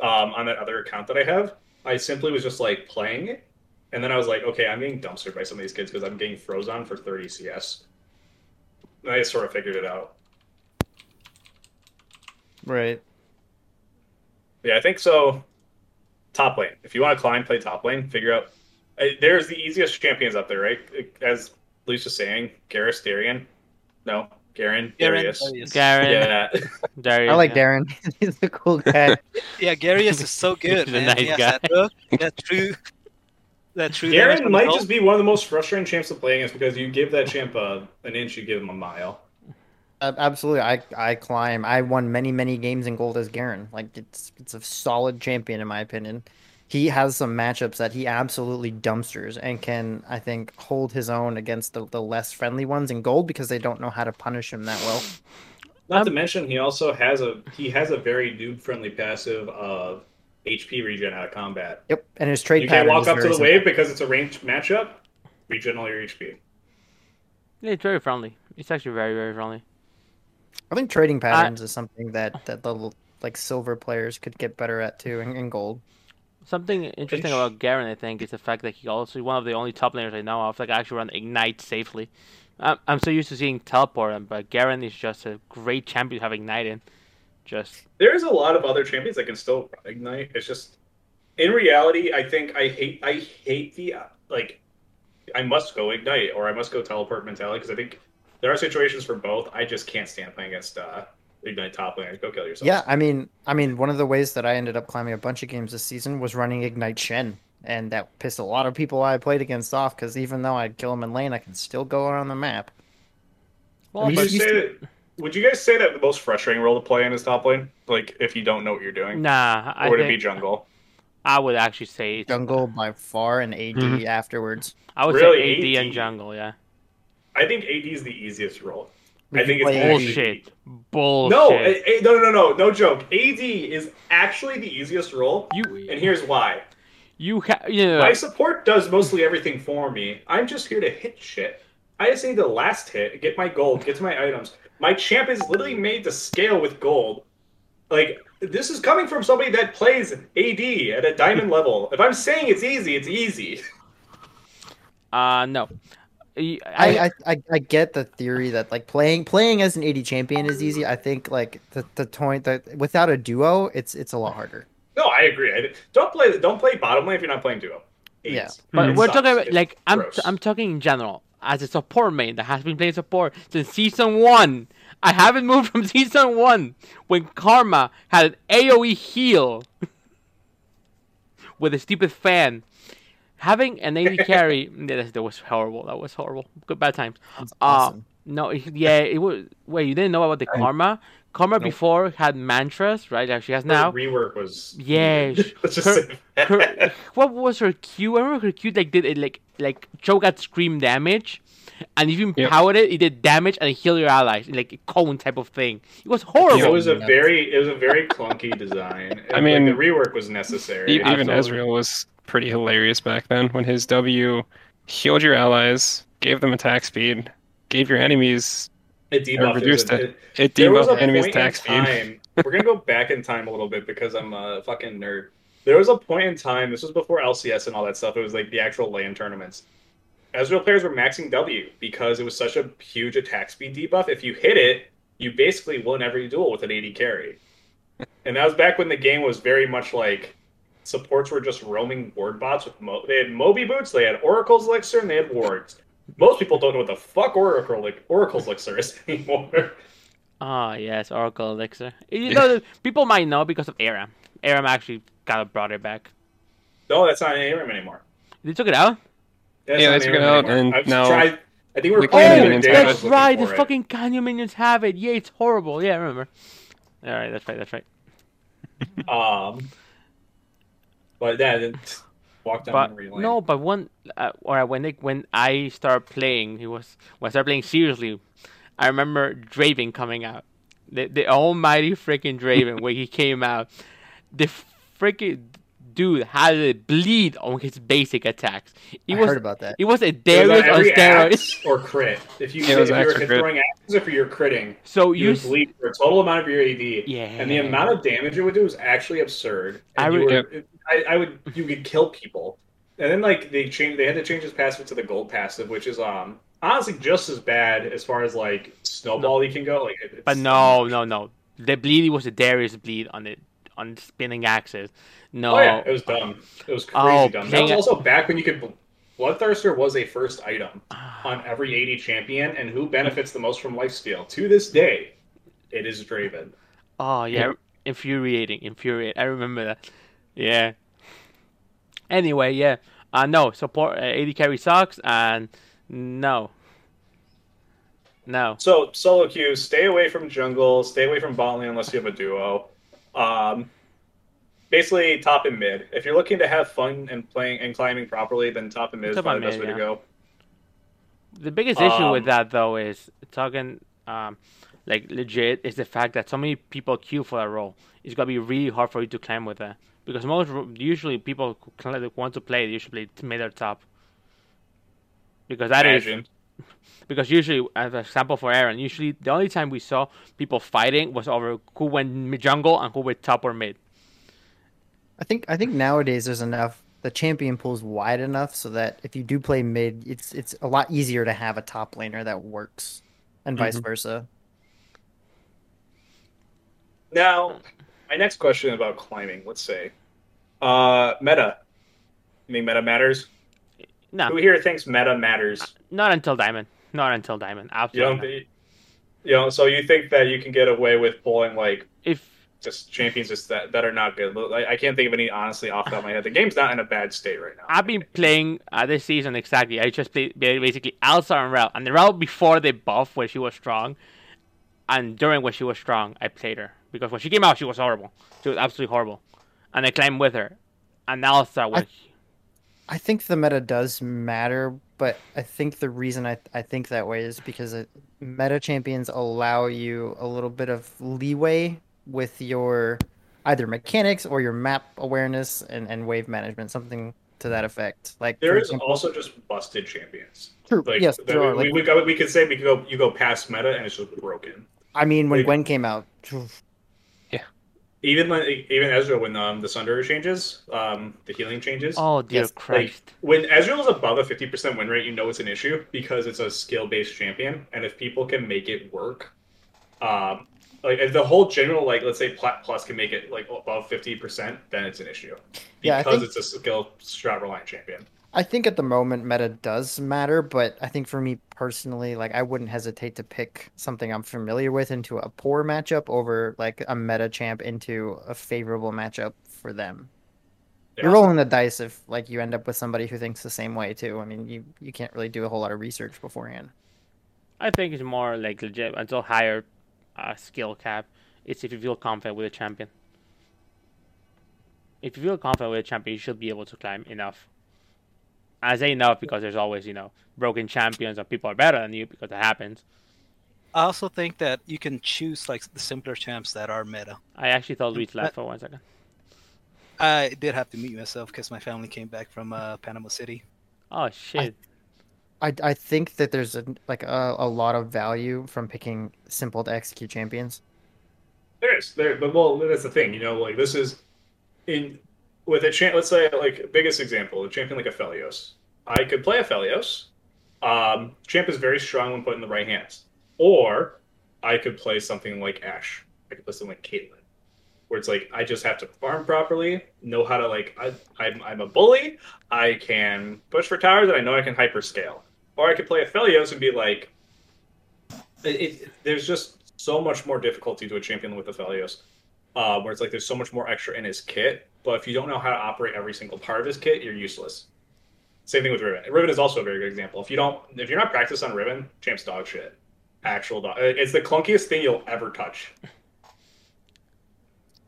um, on that other account that I have, I simply was just like playing it, and then I was like, okay, I'm getting dumpstered by some of these kids because I'm getting froze on for 30 CS. And I just sort of figured it out.
Right.
Yeah, I think so. Top lane. If you want to climb, play top lane. Figure out. I- There's the easiest champions out there, right? As Luce was saying, Garrus, Darien. No, Garen,
Garen,
Darius.
oh,
Darius.
Garen,
Yeah,
Darius,
I like
yeah.
Darren. He's a cool guy.
Yeah, Garius is so good,
He's a
man.
nice
he has
guy.
that look, that true, that true. damage
Garen might
control.
just be one of the most frustrating champs to play against because you give that champ a, an inch, you give him a mile.
Ab- Absolutely, I I climb. I won many many games in gold as Garen. Like it's it's a solid champion in my opinion. He has some matchups that he absolutely dumpsters and can I think hold his own against the, the less friendly ones in gold because they don't know how to punish him that well. Um,
Not to mention, he also has a he has a very noob friendly passive of HP regen out of combat.
Yep, and his trade
you can't
pattern
walk
is
up to
very
the
simple.
wave because it's a ranged matchup. Regen all your HP.
Yeah, it's very friendly. It's actually very, very friendly.
I think trading patterns is something that that the l- like silver players could get better at too in, in gold.
Something interesting
sh-
about Garen, I think, is the fact that he also one of the only top laners I know of that can actually run Ignite safely. I'm, I'm so used to seeing Teleport, him, but Garen is just a great champion to have Ignite in. Just
There's a lot of other champions that can still ignite. It's just in reality, I think I hate I hate the uh, like I must go ignite or I must go teleport mentality because I think there are situations for both. I just can't stand playing against uh, ignite top lane. Go kill yourself.
Yeah, I mean, I mean, one of the ways that I ended up climbing a bunch of games this season was running Ignite Shen, and that pissed a lot of people I played against off because even though I'd kill him in lane, I can still go around the map.
well,
I mean,
Would
but-
you, say that, would you guys say that the most frustrating role to play in is top lane? Like if you don't know what you're doing,
nah, I
or would it be
think-
jungle?
I would actually say it's-
Jungle by far and AD
Hmm.
Mhm.
afterwards.
I would
Really,
say AD, and
AD.
jungle, yeah.
I think AD is the easiest role.
We
I think
can
it's
play AD.
actually-
Bullshit, bullshit.
No, a, a- no, no, no, no, no joke. AD is actually the easiest role,
you
and here's why.
you ha- yeah.
My support does mostly everything for me. I'm just here to hit shit. I just need the last hit, get my gold, get to my items. My champ is literally made to scale with gold. Like, this is coming from somebody that plays AD at a diamond level. If I'm saying it's easy, it's easy.
Uh no. Y- I,
I, I, I, I get the theory that like playing playing as an AD champion is easy. I think like the the point that without a duo, it's it's a lot harder.
No, I agree. I, don't play don't play bottom lane if you're not playing duo.
Yeah.
It's-
but
it
we're
Hmm. sucks.
talking about
It's
like I'm
gross.
I'm talking in general as a support main that has been playing support since season one. I haven't moved from season one when Karma had an AOE heal with a stupid fan. Having an AD carry yeah, that, that was horrible. That was horrible. Good bad times.
It's
Uh,
awesome.
no, it- yeah, it was. Wait, you didn't know about the Karma? Karma before had mantras, right? Like she has
The
now.
rework was
Yeah,
weird. Let's just
her-
say that.
her, what was her Q? I remember her Q like did it like like choke at scream damage, and if you
Yep.
empowered it, it did damage and heal your allies, like a cone type of thing. It was horrible.
It was a
Yeah.
very it was a very clunky design.
I mean-
like, the rework was necessary.
Even, E-, even
Absolutely.
Ezreal was pretty hilarious back then when his W healed your allies, gave them attack speed, gave your enemies
It debuffed
reduced
it.
it. it
There was a
debuffed enemies
point in
attack speed.
time. We're gonna go back in time a little bit because I'm a fucking nerd. There was a point in time. This was before LCS and all that stuff. It was like the actual LAN tournaments. Ezreal players were maxing W because it was such a huge attack speed debuff. If you hit it, you basically won every duel with an 80 carry. And that was back when the game was very much like supports were just roaming ward bots with Mo- they had Moby boots, they had Oracle's elixir, and they had wards. Most people don't know what the fuck Oracle like Oracle's elixir is anymore.
Ah yes, Oracle Elixir. You know, people might know because of Aram. Aram actually kind of brought it back.
No, that's not in Aram anymore.
They took it out.
That's
Yeah,
not
they
in
took it
Aram
out, and
I've
now
tried- I think we
the
were playing
Canyon
the other
Minions
day. I
have it.
was looking
Oh, that's right. The
for it.
fucking Canyon minions have it. Yeah, it's horrible. Yeah, I remember. All right, that's right. That's right.
Um, but yeah, then walk down
but
memory lane.
no, but one uh, or when they, when I started playing, it was when I started playing seriously. I remember Draven coming out, the the almighty freaking Draven when he came out, the freaking dude had to bleed on his basic attacks. It
I
was
heard about that.
it was a
It was
Darius
on
on
every
steroids.
axe or crit. If you
It
if
was
you
axe
were
or
hit
crit.
throwing axes, if you're critting,
So
you
you,
would
s-
bleed for a total amount of your AD.
Yeah.
And the amount of damage it would do is actually absurd. And
I
you
would-
were- I, I would you could kill people. And then like they changed they had to change his passive to the gold passive, which is um honestly just as bad as far as like snowball you can go. Like it- it's,
but no, no, no. The bleed was a Darius bleed on it on spinning axes. No,
Oh yeah, it was dumb. It was crazy
Oh,
dumb. That
dang
was
it.
also back when you could Bloodthirster was a first item on every 80 champion, and who benefits the most from lifesteal? To this day, it is Draven.
Oh yeah, infuriating, infuriate. I remember that. Yeah. Anyway, yeah. Uh no support. Uh, AD carry sucks, and no. No.
So solo queue, stay away from jungle, stay away from bot lane unless you have a duo. Um, basically, top and mid. If you're looking to have fun and playing and climbing properly, then top and mid is
Top
probably
and
the best
mid,
way to go.
The biggest issue
Um,
with that though is talking um like legit is the fact that so many people queue for that role. It's gonna be really hard for you to climb with that because most ro- usually people who cl- want to play they usually play mid or top because that is
Imagine.
because usually, as an example for Aaron, usually the only time we saw people fighting was over who went mid jungle and who went top or mid.
I think I think nowadays there's enough the champion pool's wide enough so that if you do play mid, it's it's a lot easier to have a top laner that works, and
Mm-hmm.
vice versa.
Now, my next question about climbing. Let's say, uh, meta. You think meta matters?
No,
Who here thinks meta matters?
not until diamond. Not until diamond.
You don't.
Absolutely. not.
thi- You know, so you think that you can get away with pulling like
If
just champions just that, that are not good. Like, I can't think of any honestly off the top of my head. The game's not in a bad state right now.
I've been playing uh, this season exactly, I just played ba- basically Alsa and Rel, and the Rel before the buff when she was strong, and during when she was strong, I played her because when she came out, she was horrible. She was absolutely horrible, and I climbed with her, and Alsa was.
I think the meta does matter, but I think the reason I, I think that way is because it, meta champions allow you a little bit of leeway with your either mechanics or your map awareness and, and wave management, something to that effect. Like
There
for
is
example-
also just busted champions.
true,
Like,
yes,
that
there are.
we,
Like,
we, we, we could say we could go you go past meta and it's just broken.
I mean, when
we-
Gwen came out, phew,
Even when even Ezra when um, the Sunderer changes, um, the healing changes.
Oh dear
Yes, like-
Christ!
When Ezreal is above a 50% win rate, you know it's an issue because it's a skill based champion. And if people can make it work, um, like if the whole general, like let's say plat plus can make it like above 50%, then it's an issue because
Yeah, I think-
it's a skill strat reliant champion.
I think at the moment meta does matter, but I think for me personally, like I wouldn't hesitate to pick something I'm familiar with into a poor matchup over like a meta champ into a favorable matchup for them.
Yeah.
You're rolling the dice if like you end up with somebody who thinks the same way too. I mean, you you can't really do a whole lot of research beforehand.
I think it's more like legit until higher uh, skill cap. It's if you feel confident with a champion. If you feel confident with a champion, you should be able to climb enough. I say enough because there's always, you know, broken champions and people are better than you because that happens.
I also think that you can choose like the simpler champs that are meta.
I actually thought Luis left for one second.
I did have to mute myself because my family came back from uh, Panama City.
Oh shit.
I, I think that there's a, like a, a lot of value from picking simple to execute champions.
There is there, but well, that's the thing, you know. Like this is in with a champ. Let's say like biggest example, a champion like Aphelios. I could play Aphelios. Um, champ is very strong when put in the right hands, or I could play something like Ash. I could play something like Caitlyn, where it's like I just have to farm properly, know how to like I, I'm I'm a bully. I can push for towers, and I know I can hyperscale. Or I could play Aphelios and be like, it, it, there's just so much more difficulty to a champion with Aphelios, uh, where it's like there's so much more extra in his kit. But if you don't know how to operate every single part of his kit, you're useless. Same thing with Riven. Riven is also a very good example. If you don't, if you're not practiced on Riven, champ's dog shit. Actual dog. It's the clunkiest thing you'll ever touch.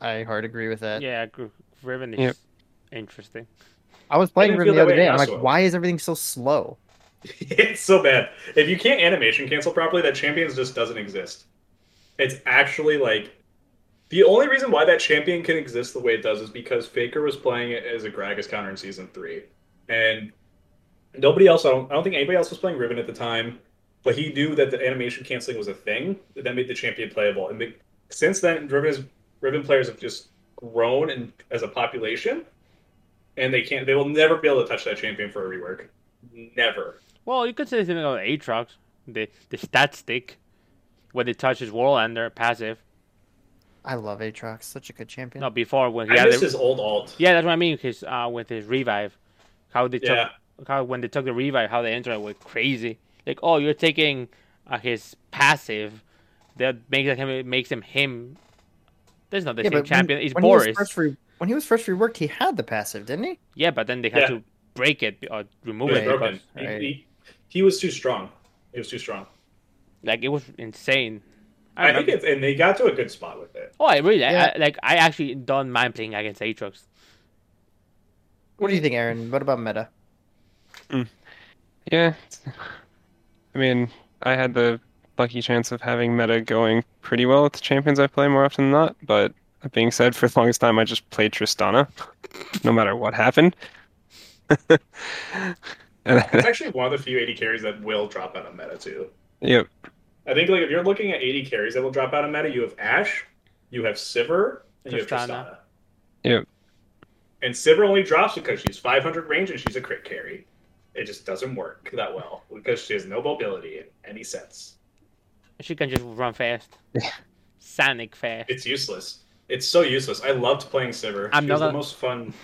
I hard agree with that.
yeah, gr- Riven is
Yep.
interesting.
I was playing
didn't feel
Riven the
that
other
way
day.
in
I'm like,
Yasuo.
why is everything so slow?
it's so bad. If you can't animation cancel properly, that champions just doesn't exist. It's actually like The only reason why that champion can exist the way it does is because Faker was playing it as a Gragas counter in season three, and nobody else. I don't, I don't think anybody else was playing Riven at the time, but he knew that the animation canceling was a thing that made the champion playable. And be- since then, Riven is, Riven players have just grown and as a population, and they can't. They will never be able to touch that champion for a rework. Never.
Well, you could say something about Aatrox, the the stat stick, when it touches Warlander passive.
I love Aatrox, such a good champion.
No, before when he
I
had
miss
the-
his old alt.
yeah, that's what I mean. His uh, with his revive, how they took
Yeah.
how when they took the revive, how the internet was crazy. Like, oh, you're taking uh, his passive, that makes him it makes him him. That's not the same
but
champion.
When,
it's
when
Boris.
He was first re- when he was first reworked, he had the passive, didn't he?
Yeah, but then they had
Yeah.
to break it or remove
He was
it
Right.
broken.
because
He-
Right.
he- he was too strong. He was too strong.
like it was insane. I,
I,
remember-
think it's and they got to a good spot with it.
Oh, I really
Yeah.
I, like. I actually don't mind playing against Aatrox.
What
Mm.
do you think, Aaron? What about meta?
Yeah. it's- I mean, I had the lucky chance of having meta going pretty well with the champions I play more often than not, but that being said, for the longest time I just played Tristana, no matter what happened.
It's
and
actually one of the few 80 carries that will drop out of meta too.
yep,
I think like if you're looking at 80 carries that will drop out of meta, you have Ash, you have Sivir, and you have
Tristana.
Tristana.
Yep.
And Sivir only drops because she's 500 range and she's a crit carry. It just doesn't work that well because she has no mobility in any sense.
She can just run fast.
Yeah.
Sonic fast.
It's useless. It's so useless. I loved playing Sivir.
I'm
she
not
was the
gonna-
most fun.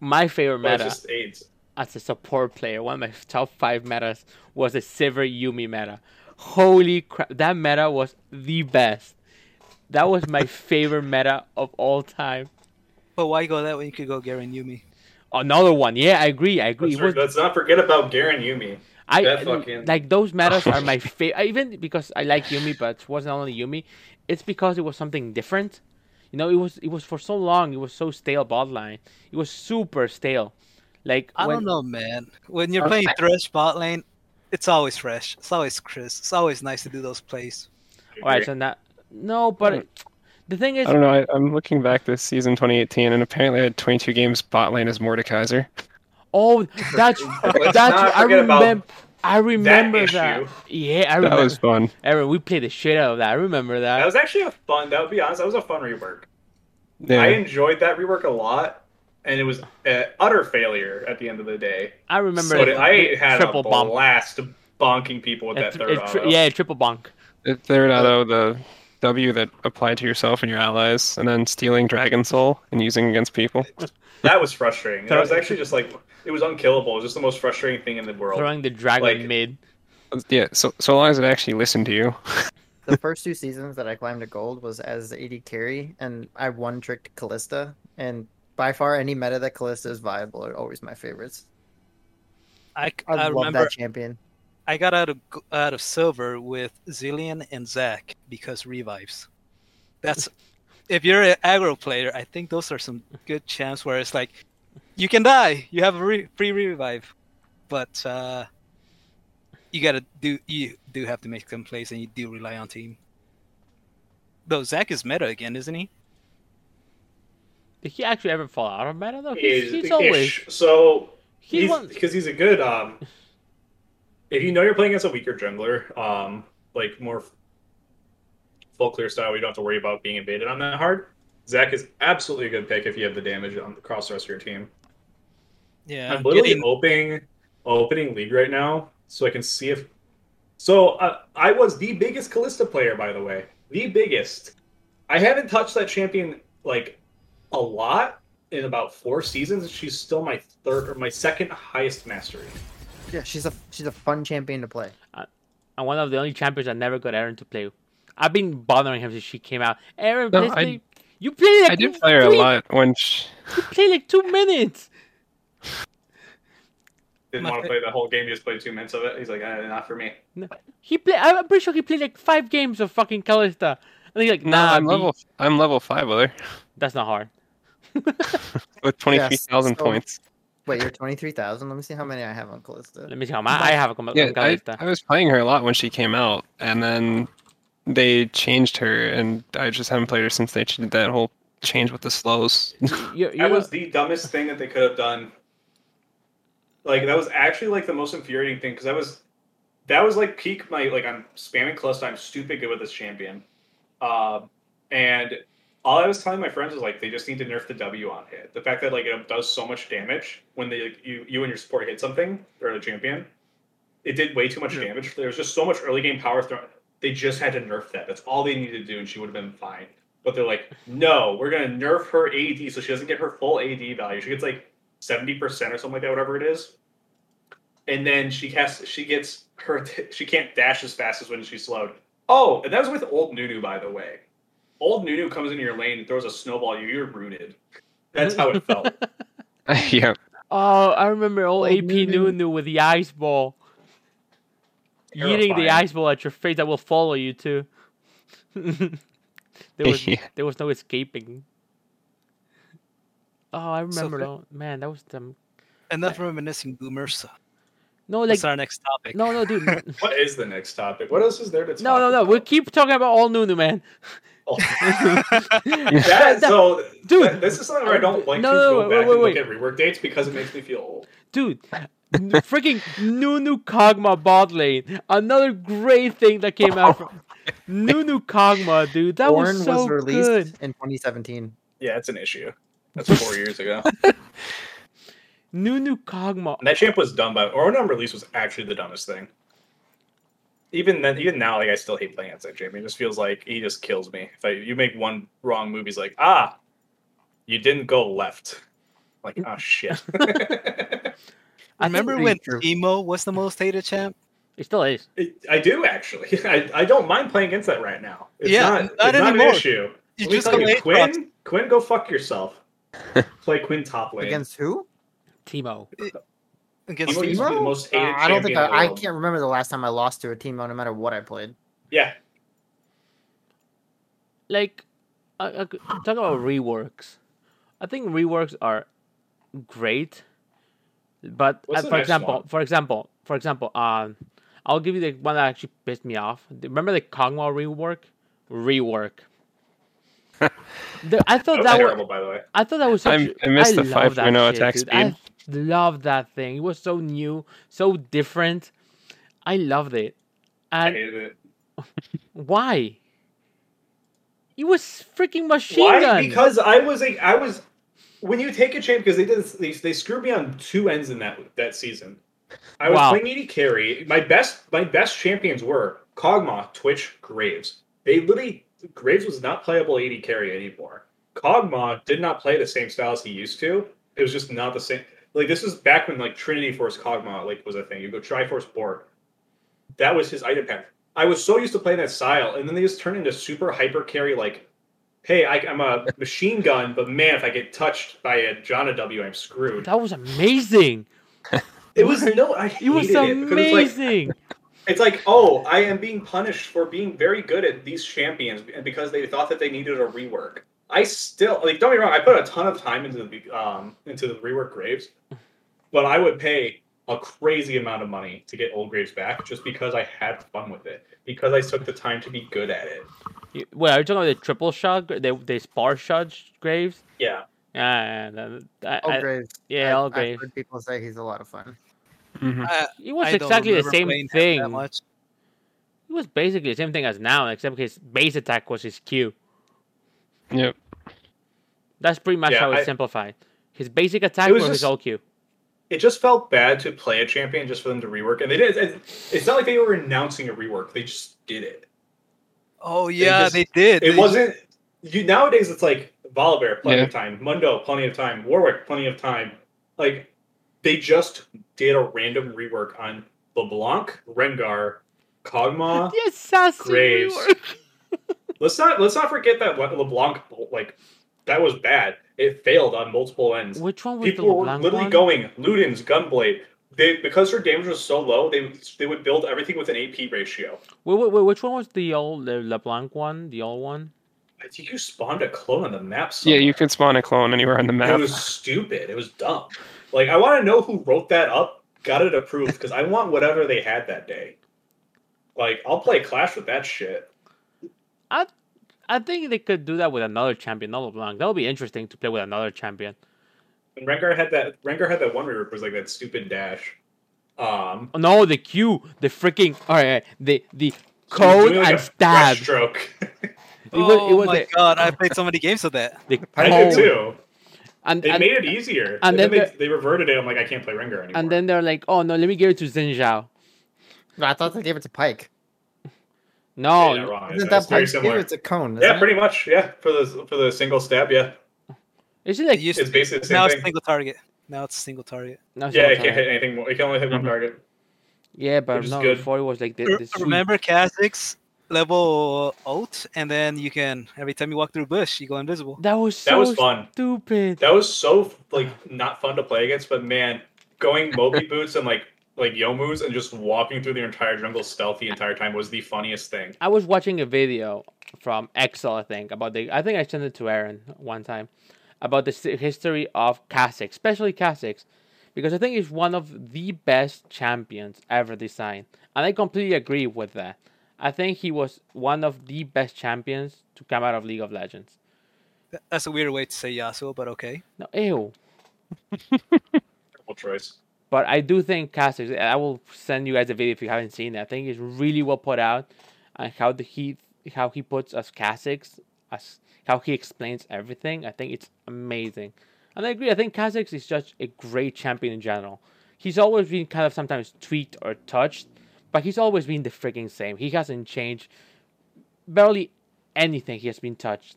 My favorite
But it
meta
just aids.
as a support player, one of my top five metas was the Silver Yumi meta. Holy crap, that meta was the best. That was my favorite meta of all time.
But why go that way? You could go Garen Yumi.
Another one, yeah, I agree, I agree.
Let's,
It was,
let's not forget about Garen Yumi.
I
That fucking-
like those metas are my favorite. Even because I like Yumi, but it wasn't only Yumi. It's because it was something different. You know, it was it was for so long. It was so stale bot line. It was super stale. Like
I don't
when,
know, man. When you're
I-
playing Thresh bot lane, it's always fresh. It's always crisp. It's always nice to do those plays.
All right, so not no,
Mm.
but the thing is,
I don't know. I, I'm looking back this season 2018, and apparently I had 22 games bot lane as Mordekaiser.
oh, that's
Let's
that's
not
I
forget about
remember. I remember
issue.
that. Yeah,
That
I remember.
was fun.
Aaron, we played the shit out of that. I remember
That
that.
was actually a fun. That would be honest. That was a fun rework.
Yeah.
I enjoyed that rework a lot, and it was an utter failure at the end of the day.
I remember.
But
the-
I
the
had
triple
a
bonk.
blast bonking people with
It-
that uh, third
it tri-
auto.
yeah, triple bonk.
The third auto, the W that applied to yourself and your allies, and then stealing Dragon Soul and using against people.
that was frustrating. That was actually just like it was unkillable. It was just the most frustrating thing in the world.
Throwing the dragon
Like-
mid.
Yeah, so so long as it actually listened to you.
the first two seasons that I climbed to gold was as the AD carry, and I one tricked Callista. And by far, any meta that Callista is viable are always my favorites.
I,
I,
I
love
remember
that champion.
I got out of g- out of silver with Zillion and Zac because revives. That's if you're an aggro player, I think those are some good champs where it's like you can die, you have a re- free revive, but uh, you gotta do you do have to make some plays and you do rely on team. Though Zac is meta again, isn't he?
Did he actually ever fall out of meta though? He's,
Is
he's
ish.
always
so
he
he's
won.
because he's a good. um If you know you're playing against a weaker jungler, um, like more full clear style, you don't have to worry about being invaded on that hard. Zach is absolutely a good pick if you have the damage on across the rest of your team.
Yeah,
I'm literally
Gideon-
opening opening league right now, so I can see if. So uh, I was the biggest Callista player, by the way, the biggest. I haven't touched that champion like a lot in about four seasons. and She's still my third or my second highest mastery.
Yeah, she's a she's a fun champion to play.
and one of the only champions I never got Aaron to play. I've been bothering him since she came out. Aaron,
No,
please
I-
play. You play like
I did play her a
three-
lot when she,
You play like two minutes.
Didn't
My
want to
fa-
play the whole game. He just played two minutes of it. He's like, eh, not for me.
No, He play. I'm pretty sure he played like five games of fucking Callista. And he's like,
No,
Nah,
I'm
B,
level I'm level five with her
that's not hard.
with twenty three thousand
so-
points.
Wait, you're twenty three thousand. Let me see how many I have on Callista.
Let me see how my I have a com-
Yeah, I,
Callista.
I was playing her a lot when she came out, and then they changed her, and I just haven't played her since they did that whole change with the slows.
You, you
That was the dumbest thing that they could have done. Like that was actually like the most infuriating thing because that was that was like peak my like I'm spamming cluster. I'm stupid good with this champion, um, and all I was telling my friends was like they just need to nerf the W on hit. The fact that like it does so much damage when they like, you you and your support hit something or the champion, it did way too much
Yeah.
damage. There was just so much early game power thrown. They just had to nerf that. That's all they needed to do, and she would have been fine. But they're like, no, we're gonna nerf her AD so she doesn't get her full AD value. She gets like seventy percent or something like that, whatever it is. And then she casts, she gets her, she can't dash as fast as when she's slowed. Oh, and that was with old Nunu, by the way. Old Nunu comes into your lane and throws a snowball. at You, you're rooted. That's how it felt.
yeah,
Oh, I remember old
Oh,
AP
Nunu.
Nunu with the ice ball. Eating
Terrifying.
the ice ball at your face that will follow you too. there was
Yeah.
there was no escaping. Oh, I
So
remember.
fa-
that. Man, that was them.
Enough reminiscing boomers.
No,
What's
like
our next topic?
no, no, dude. no,
What is the next topic? What else is there to talk?
no, no.
about?
We'll keep talking about all Nunu, man.
That-
that-
so,
dude.
th- this is something where I don't like
No,
to
no,
go
wait,
back
wait,
and
wait.
look at rework dates because it makes me feel old.
dude. n- freaking Nunu Kogma bot lane. Another great thing that came out from Nunu Kogma, dude. That
Orn
was so
released
good.
in 2017.
Yeah, it's an issue. That's four years ago.
Nunu Kogma.
And that champ was dumb by Oronum release was actually the dumbest thing. Even then, even now, like I still hate playing against that champ. It just feels like he just kills me. If I, you make one wrong move, he's like, ah, you didn't go left. Like, oh shit.
I think
Remember
pretty
when
sure-
Emo was the most hated champ?
It still is.
It- I do actually. I, I don't mind playing against that right now. It's
Yeah,
not,
not
it's
anymore.
Not an issue.
You
Let me
just
tell
go
you,
hate
Quinn.
Frost.
Quinn, go fuck yourself. Play Quinn top lane.
Against who?
Timo.
He
against
used to be
Emo.
the most hated
Uh, I don't
champion in
think I,
the
I
world.
can't remember the last time I lost to a team no matter what I played.
Yeah,
like I, I could- talk about reworks. I think reworks are great, but
What's
uh,
the
for
next
example,
one?
for example, for example, um, I'll give you the one that actually pissed me off. Remember the Kongwa rework? Rework. The- I
that
thought
was
that
terrible,
was,
by the way.
I thought that was such.
I'm- I missed the
love that
5.0
shit,
attack
dude. I love that thing. It was so new, so different. I loved it.
I
And
hated it.
why? It was freaking machine
Why?
gun.
Because I was a, I was when you take a champ because they did this- they, they screwed me on two ends in that that season. I was
Wow.
playing eighty carry. My best my best champions were Kog'Maw, Twitch, Graves. They literally Graves was not playable eighty carry anymore. Kog'Maw did not play the same style as he used to. It was just not the same. Like this was back when like Trinity Force Kog'Maw like was a thing. You go Triforce board. That was his item pack. I was so used to playing that style, and then they just turned into super hyper carry like hey, I, I'm a machine gun, but man, if I get touched by a John W, I'm screwed.
That was amazing.
It was no, I hated
It was
because It's like,
amazing.
it's like, oh, I am being punished for being very good at these champions, and because they thought that they needed a rework. I still like. Don't get me wrong. I put a ton of time into the um into the rework graves, but I would pay a crazy amount of money to get old graves back just because I had fun with it because I took the time to be good at it.
You- Wait, are you talking about the triple shot? gra- The the spar shot sh- graves?
Yeah,
Yeah, yeah, yeah,
Oh,
I- I-
Graves.
yeah, all
I've, I've
grave.
heard people say he's a lot of fun.
Mhm.
It was
I don't
exactly the
remember
same
playing him
thing.
That much.
It was basically the same thing as now, except his base attack was his Q.
yep.
That's pretty much
Yeah,
how it's
I-
simplified. His basic attack
It
was,
was
his
just-
OQ.
it just felt bad to play a champion just for them to rework, and they did. it- It's not like they were announcing a rework; they just did it.
Oh yeah,
just-
they did.
It
They-
wasn't. You nowadays, it's like Volibear, plenty of
Yeah.
time. Mundo, plenty of time. Warwick, plenty of time. Like they just did a random rework on LeBlanc, Rengar, Kog'Maw.
Yes, sassy.
Graves.
rework.
let's not let's not forget that Le- LeBlanc like that was bad. It failed on multiple ends.
Which one was
people
the
were
LeBlanc
literally
one?
going Ludens, Gunblade. They because her damage was so low, they they would build everything with an AP ratio.
Wait, wait, wait, which one was the old the LeBlanc one? The old one?
I think you spawned a clone on the map.
Yeah,
Somewhere.
you could spawn a clone anywhere on the
It
map.
was stupid. It was dumb. Like I want to know who wrote that up, got it approved, because I want whatever they had that day. Like I'll play Clash with that shit.
I I think they could do that with another champion, not LeBlanc. That would be interesting to play with another champion.
And Rengar had that. Rengar had that one where it was like that stupid dash. Um,
Oh, no, the Q, the freaking all right, all right, the the
he was
code
doing, like,
and
a
stab. It
Stroke.
was, it
oh
was
my
the,
god! I played so many games of that.
the
I
code
did too.
and
They
and,
made it easier,
and
and,
then
then,
the-
they, they reverted it. I'm like, I can't play Rengar anymore.
and then they're like, oh no, let me give it to Xin Zhao.
No, I thought they gave it to Pike.
No,
yeah, wrong.
Isn't
That's
that
very
Pike's view?
similar.
It's a cone. isn't
Yeah,
it?
pretty much. Yeah, for the for the single stab. Yeah,
is it like
It used
it's
to,
basically the same
now
thing.
it's single target. Now it's single target.
no, it's
yeah,
not
it can't
Tyrant.
hit anything. more- It can only hit
Mm-hmm.
one target.
yeah, but
which is
no,
good.
before it was like the,
R-
the sweep.
Remember Kha'Zix level out, and then you can every time you walk through bush, you go invisible.
That was so
That was fun.
stupid.
That was so like not fun to play against, but man, going Moby boots and like like Yomu's and just walking through the entire jungle stealth the entire time was the funniest thing.
I was watching a video from Excel, I think, about the. I think I sent it to Aaron one time about the s- history of Kha'Zix, especially Kha'Zix, because I think it's one of the best champions ever designed, and I completely agree with that. I think he was one of the best champions to come out of League of Legends.
Th- That's a weird way to say Yasuo, but okay.
No, ew.
Terrible choice.
But I do think Kha'Zix. I will send you guys a video if you haven't seen it. I think it's really well put out, and how the he how he puts us Kha'Zix, as how he explains everything. I think it's amazing, and I agree. I think Kha'Zix is just a great champion in general. He's always been kind of sometimes tweaked or touched, but he's always been the freaking same. He hasn't changed. Barely anything he has been touched.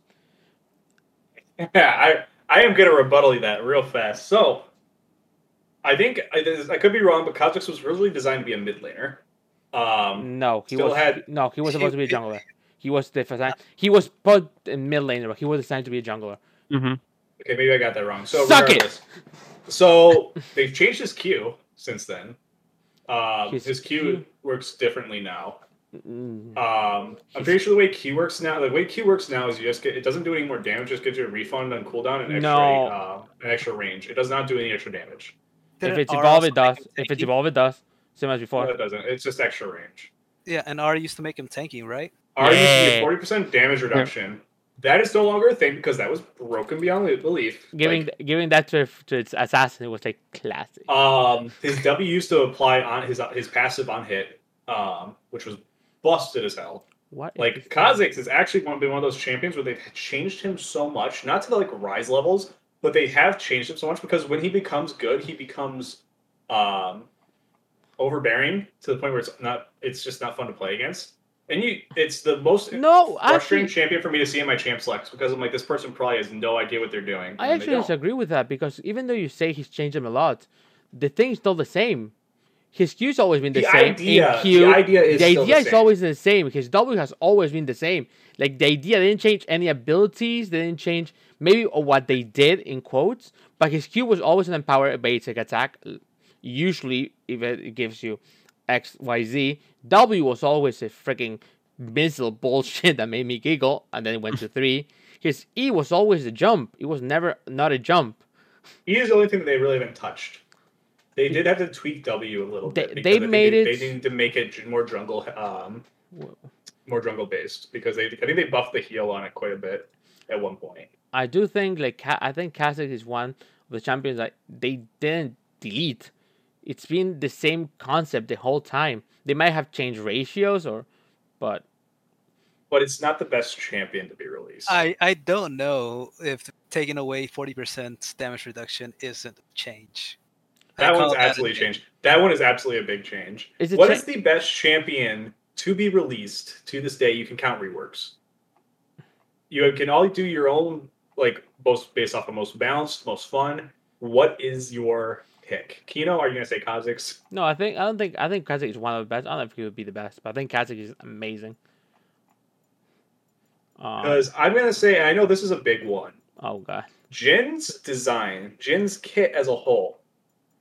Yeah, I I am gonna rebuttal that real fast. So, I think I, this- I could be wrong, but Kha'Zix was originally designed to be a mid laner. Um,
No, he
Still
was
had-
no, he was
he-
supposed to be a jungler. He was different. He was put in mid laner, but he was designed to be a jungler.
Mm-hmm.
okay, maybe I got that wrong. So
Suck it!
regardless, So they've changed his Q since then. Um,
His
his, Q
Q.
works differently now.
Mm.
Um, I'm pretty sure the way Q works now, the way Q works now is you just get it doesn't do any more damage, just gives you a refund on cooldown and extra
No.
um, an extra range. It does not do any extra damage.
If
Didn't
it's
R
evolve,
also
it does.
make him
If it's
tanky?
evolve, it does. Same as
No,
before.
it doesn't. It's just extra range.
yeah, and R used to make him tanky, right?
Are
Yeah.
you forty percent damage reduction? That is no longer a thing because that was broken beyond belief.
Giving
Like,
giving that to to its assassin was like classic.
um, his W used to apply on his his passive on hit, um, which was busted as hell.
what? is this
Like
thing?
Kha'Zix is actually one been one of those champions where they've changed him so much, not to the like rise levels, but they have changed him so much because when he becomes good, he becomes um overbearing to the point where it's not it's just not fun to play against. And you it's the most
No,
frustrating
actually,
champion for me to see in my champ selects because I'm like this person probably has no idea what they're doing.
I
and they
actually
don't.
disagree with that because even though you say he's changed him a lot, the thing's still the same. His Q's always been the,
the
same.
idea,
In Q,
the idea is
the
still
idea
the
is
same.
always the same. His W has always been the same. Like the idea they didn't change any abilities. They didn't change maybe what they did in quotes, but his Q was always an empower basic attack. Usually, if it gives you X Y Z, W was always a freaking missile bullshit that made me giggle, and then it went to three. His E was always a jump. It was never not a jump.
He is the only thing that they really haven't touched. They did have to tweak W a little
They-
bit.
they
because I think
made
they,
it-
They needed to make it j- more jungle, um,
Whoa.
more jungle based because they. I think they buffed the heal on it quite a bit at one point.
I do think like Ka- I think Kha'Zix is one of the champions that they didn't delete. It's been the same concept the whole time. They might have changed ratios or, but
But it's not the best champion to be released.
I I don't know if taking away forty percent damage reduction isn't a change. I
that
call
one's
a
absolutely
change.
changed. That one is absolutely a big change. What is
Is it cha-
the best champion to be released to this day? You can count reworks. You can all do your own like most based off the most balanced, most fun. What is your pick? Kino, are you gonna say Kha'Zix?
no, I think I don't think I think Kha'Zix is one of the best. I don't know if he would be the best, but I think Kha'Zix is amazing. Um,
Uh,
Because I'm gonna say, and I know this is a big one.
oh god,
Jin's design, Jin's kit as a whole,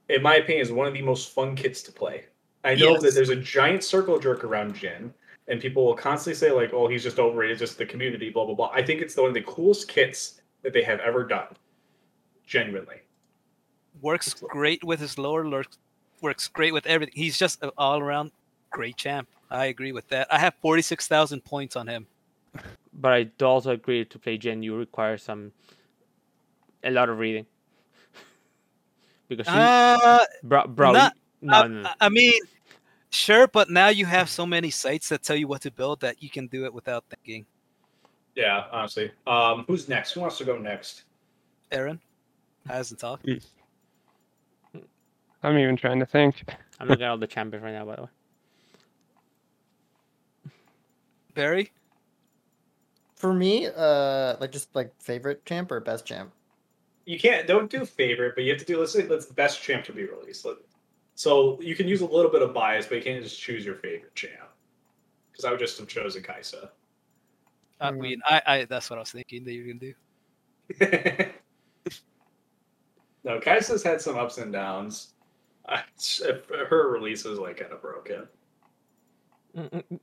in my opinion, is one of the most fun kits to play. I know
Yes.
that there's a giant circle jerk around Jin, and people will constantly say like, "Oh, he's just overrated, just the community." Blah blah blah. I think it's one of the coolest kits that they have ever done. Genuinely,
Works great with his lower lurks, works great with everything. He's just an all around great champ. I agree with that. I have forty six thousand points on him.
but I do also agree to play Gen you require some a lot of reading because she
Uh,
bro, bro
not- uh,
no,
I,
no, no.
I- I mean, sure, but now you have so many sites that tell you what to build that you can do it without thinking.
Yeah, honestly. Um, who's next? Who wants to go next?
Aaron hasn't talked.
I'm even trying to think.
I'm looking at all the champions right now. By the way,
Barry,
For me, uh, like just like favorite champ or best champ.
You can't. Don't do favorite, but you have to do. Let's say let's best champ to be released. Let- So you can use a little bit of bias, but you can't just choose your favorite champ. Because I would just have chosen Kaisa.
I
Mm.
mean, I, I that's what I was thinking that you can do.
no, Kaisa's had some ups and downs. I, her release is like kind of broken.
Mm-mm.